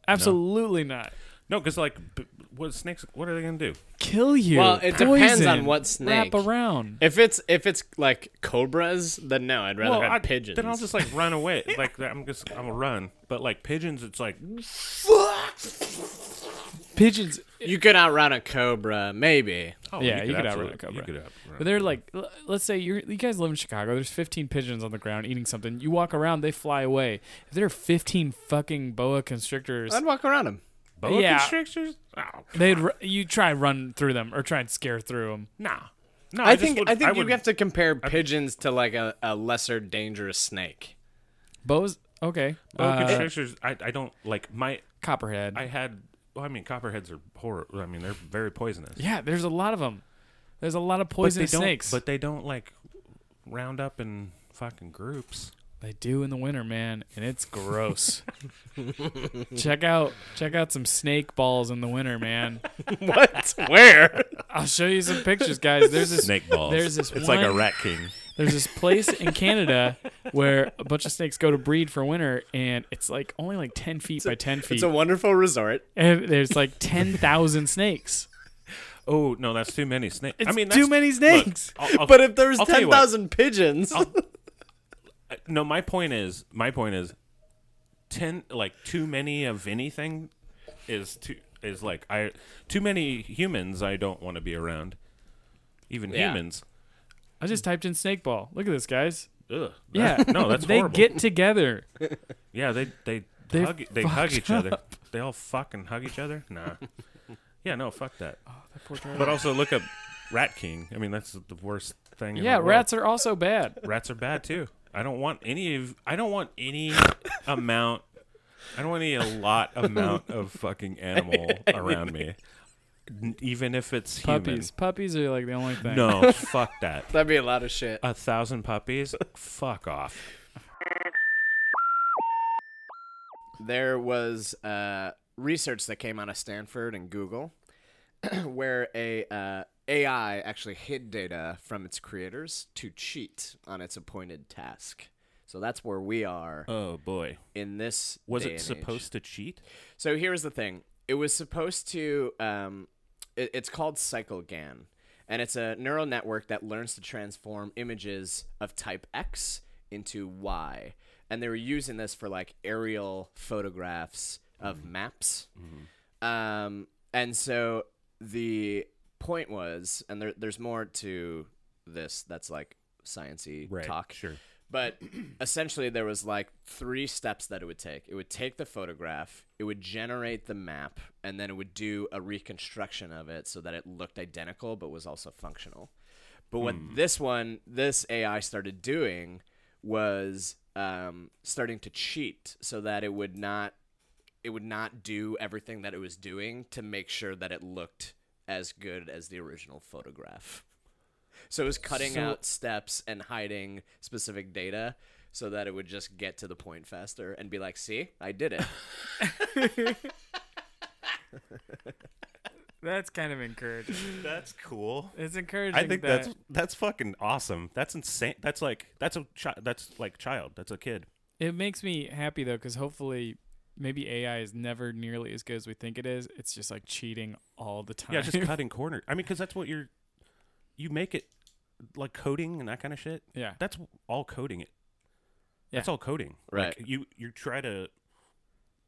[SPEAKER 1] Absolutely not.
[SPEAKER 4] No, because like, b- what snakes? What are they gonna do?
[SPEAKER 1] Kill you.
[SPEAKER 2] Well, it depends on
[SPEAKER 1] Poison.
[SPEAKER 2] what snake.
[SPEAKER 1] Wrap around.
[SPEAKER 2] If it's if it's like cobras, then no, I'd rather have
[SPEAKER 4] I,
[SPEAKER 2] pigeons.
[SPEAKER 4] Then I'll just like run away. Like I'm just I'm gonna run. But like pigeons, it's like
[SPEAKER 1] Pigeons.
[SPEAKER 2] you could outrun a cobra, maybe.
[SPEAKER 4] oh,
[SPEAKER 1] Yeah, you could outrun a
[SPEAKER 4] absolutely-
[SPEAKER 1] cobra.
[SPEAKER 4] You could outrun.
[SPEAKER 1] But they're like, l- let's say you you guys live in Chicago. There's 15 pigeons on the ground eating something. You walk around, they fly away. If there are 15 fucking boa constrictors,
[SPEAKER 2] I'd walk around them.
[SPEAKER 4] boa
[SPEAKER 1] yeah.
[SPEAKER 4] constrictors. Oh,
[SPEAKER 1] they'd r- you try and run through them or try and scare through them.
[SPEAKER 4] nah. No,
[SPEAKER 2] I,
[SPEAKER 4] just
[SPEAKER 2] think
[SPEAKER 4] would-
[SPEAKER 2] I think you
[SPEAKER 4] would-
[SPEAKER 2] have to compare pigeons to like a, a lesser dangerous snake.
[SPEAKER 1] Boas, okay.
[SPEAKER 4] Boa
[SPEAKER 1] Uh,
[SPEAKER 4] constrictors. I, I don't like my.
[SPEAKER 1] copperhead.
[SPEAKER 4] I had. Well, I mean, copperheads are horrible. I mean, they're very poisonous.
[SPEAKER 1] yeah, there's a lot of them. There's a lot of
[SPEAKER 4] but they
[SPEAKER 1] poisonous
[SPEAKER 4] don't.
[SPEAKER 1] snakes.
[SPEAKER 4] But they don't like round up in fucking groups.
[SPEAKER 1] They do in the winter, man, and it's gross. check out check out some snake balls in the winter, man.
[SPEAKER 2] What? Where?
[SPEAKER 1] I'll show you some pictures, guys. There's this
[SPEAKER 4] balls.
[SPEAKER 1] There's this It's like a one-
[SPEAKER 4] rat king.
[SPEAKER 1] there's this place in Canada where a bunch of snakes go to breed for winter, and it's like only like ten feet by ten feet,
[SPEAKER 2] It's a wonderful resort.
[SPEAKER 1] and there's like ten thousand snakes.
[SPEAKER 4] Oh no, that's too many snakes. I
[SPEAKER 1] It's
[SPEAKER 4] mean,
[SPEAKER 1] too
[SPEAKER 4] that's-
[SPEAKER 1] many snakes.
[SPEAKER 4] Look, I'll- I'll-
[SPEAKER 2] But if there's
[SPEAKER 4] I'll tell you
[SPEAKER 2] ten
[SPEAKER 4] what.
[SPEAKER 2] thousand pigeons,
[SPEAKER 4] no, my point is, my point is, ten like too many of anything is too is like I too many humans I don't want to be around. Even
[SPEAKER 2] Yeah.
[SPEAKER 4] humans,
[SPEAKER 1] I just typed in snake ball. Look at this, guys.
[SPEAKER 4] ugh.
[SPEAKER 1] Yeah,
[SPEAKER 4] that- no, that's
[SPEAKER 1] they
[SPEAKER 4] horrible.
[SPEAKER 1] get together.
[SPEAKER 4] yeah, they they
[SPEAKER 1] They
[SPEAKER 4] hug e, they hug
[SPEAKER 1] fucked
[SPEAKER 4] each other. They all fucking hug each other. Nah, yeah, no, fuck that.
[SPEAKER 1] Oh, That poor turtle.
[SPEAKER 4] But also look up Rat King. I mean, that's the worst thing. in
[SPEAKER 1] yeah,
[SPEAKER 4] the world.
[SPEAKER 1] rats are also bad.
[SPEAKER 4] rats are bad too. I don't want any of I don't want any amount I don't want any a lot amount of fucking animal around me. N- Even if it's
[SPEAKER 1] Puppies, puppies are like the only thing.
[SPEAKER 4] human. No, fuck that.
[SPEAKER 2] that'd be a lot of shit.
[SPEAKER 4] A thousand puppies? Fuck off.
[SPEAKER 2] there was uh, research that came out of Stanford and Google where a uh, AI actually hid data from its creators to cheat on its appointed task. So that's where we are
[SPEAKER 4] Oh boy.
[SPEAKER 2] in this.
[SPEAKER 4] Was
[SPEAKER 2] day
[SPEAKER 4] it
[SPEAKER 2] and
[SPEAKER 4] supposed
[SPEAKER 2] age.
[SPEAKER 4] to cheat?
[SPEAKER 2] So here's the thing. It was supposed to. Um, it, it's called CycleGAN, and it's a neural network that learns to transform images of type X into Y. And they were using this for like aerial photographs of maps. Um, and so the point was, and there, there's more to this that's like sciency talk.
[SPEAKER 4] Sure.
[SPEAKER 2] But essentially, there was like three steps that it would take. It would take the photograph, it would generate the map, and then it would do a reconstruction of it so that it looked identical but was also functional. But what this one, this AI started doing was um, starting to cheat so that it would not it would not do everything that it was doing to make sure that it looked as good as the original photograph. So it was cutting
[SPEAKER 4] So-
[SPEAKER 2] out steps and hiding specific data so that it would just get to the point faster and be like, "See, I did it."
[SPEAKER 1] That's kind of encouraging.
[SPEAKER 4] That's cool.
[SPEAKER 1] It's encouraging.
[SPEAKER 4] I think
[SPEAKER 1] that,
[SPEAKER 4] that's that's fucking awesome. That's insane. That's like that's a chi- that's like child. That's a kid.
[SPEAKER 1] it makes me happy though, because hopefully, maybe AI is never nearly as good as we think it is. It's just like cheating all the time.
[SPEAKER 4] Yeah, just cutting corners. I mean, because that's what you're. You make it like coding and that kind of shit.
[SPEAKER 1] Yeah.
[SPEAKER 4] That's all coding. It. That's
[SPEAKER 1] Yeah.
[SPEAKER 4] all coding.
[SPEAKER 2] Right.
[SPEAKER 4] Like, you you try to.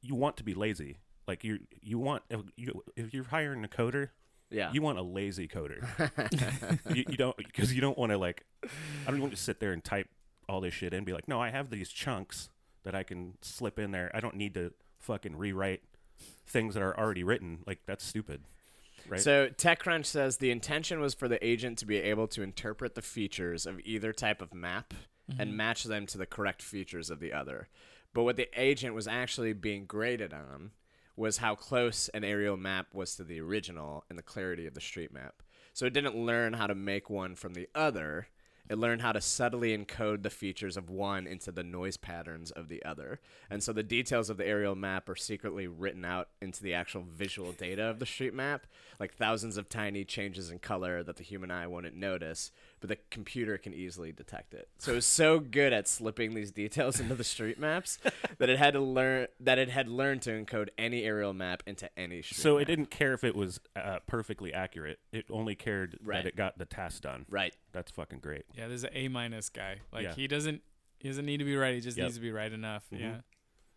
[SPEAKER 4] You want to be lazy. Like you you want if you if you're hiring a coder,
[SPEAKER 2] Yeah.
[SPEAKER 4] You want a lazy coder. you, you don't because you don't want to like. I don't want to sit there and type all this shit in. And be like, no, I have these chunks that I can slip in there. I don't need to fucking rewrite things that are already written. Like that's stupid. Right.
[SPEAKER 2] So TechCrunch says the intention was for the agent to be able to interpret the features of either type of map and match them to the correct features of the other. But what the agent was actually being graded on was how close an aerial map was to the original and the clarity of the street map. So it didn't learn how to make one from the other. It learned how to subtly encode the features of one into the noise patterns of the other. And so the details of the aerial map are secretly written out into the actual visual data of the street map, like thousands of tiny changes in color that the human eye wouldn't notice, but the computer can easily detect it. So it was so good at slipping these details into the street maps that it had to learn that it had learned to encode any aerial map into any street.
[SPEAKER 4] So
[SPEAKER 2] map.
[SPEAKER 4] it didn't care if it was uh, perfectly accurate. It only cared
[SPEAKER 2] Right.
[SPEAKER 4] that it got the task done.
[SPEAKER 2] right.
[SPEAKER 4] That's fucking great.
[SPEAKER 1] Yeah, this is an A minus guy. Like
[SPEAKER 4] Yeah.
[SPEAKER 1] he doesn't he doesn't need to be right. He just
[SPEAKER 4] Yep. Mm-hmm.
[SPEAKER 1] needs to be right enough. Yeah.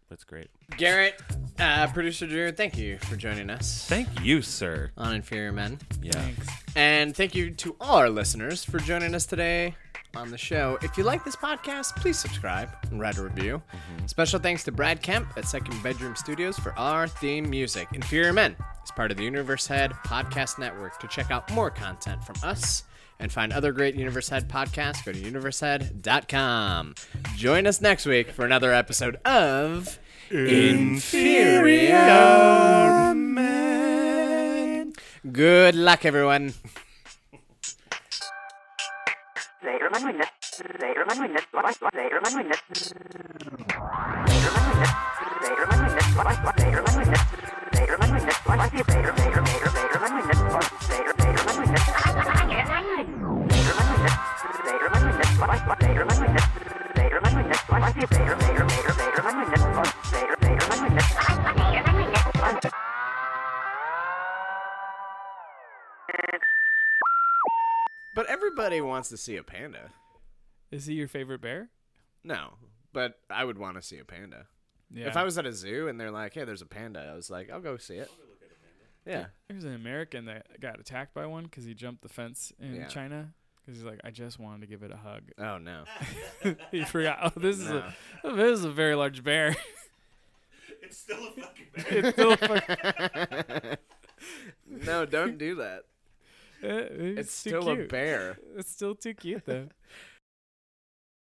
[SPEAKER 4] That's great.
[SPEAKER 2] Garrett, uh, producer Drew, thank you for joining us
[SPEAKER 4] Thank you, sir.
[SPEAKER 2] on Inferior Men.
[SPEAKER 4] Yeah.
[SPEAKER 1] Thanks.
[SPEAKER 2] And thank you to all our listeners for joining us today on the show. If you like this podcast, please subscribe and write a review. Special thanks to Brad Kemp at Second Bedroom Studios for our theme music. Inferior Men is part of the Universe Head Podcast Network. To check out more content from us and find other great Universe Head podcasts, go to universehead.com. Join us next week for another episode of Inferior Man. Good luck, everyone.
[SPEAKER 5] They remind me that. They remind me that. They remind me that. They remind me that. They remind me that. They remind me that. They remind me that. They remind me that. They remind me that. They remind me that. They remind me that. They remind me that. They remind me that. They remind me that. They remind me that. They remind me that. They remind me that. They remind me that.
[SPEAKER 2] But everybody wants to see a panda.
[SPEAKER 1] Is he your favorite bear?
[SPEAKER 2] No, but I would want to see a panda.
[SPEAKER 1] Yeah.
[SPEAKER 2] If I was at a zoo and they're like, "Hey, there's a panda," I was like, "I'll go see it." Yeah,
[SPEAKER 1] There's an American that got attacked by one because he jumped the fence in
[SPEAKER 2] Yeah.
[SPEAKER 1] China. 'Cause China. Because he's like, I just wanted to give it a hug.
[SPEAKER 2] Oh no.
[SPEAKER 1] he forgot. Oh, this is a this is a very large bear.
[SPEAKER 3] It's still a fucking bear.
[SPEAKER 1] It's still fuck-
[SPEAKER 2] no, don't do that.
[SPEAKER 1] it's
[SPEAKER 2] It's
[SPEAKER 1] too
[SPEAKER 2] still a
[SPEAKER 1] cute.
[SPEAKER 2] bear.
[SPEAKER 1] It's still too cute though.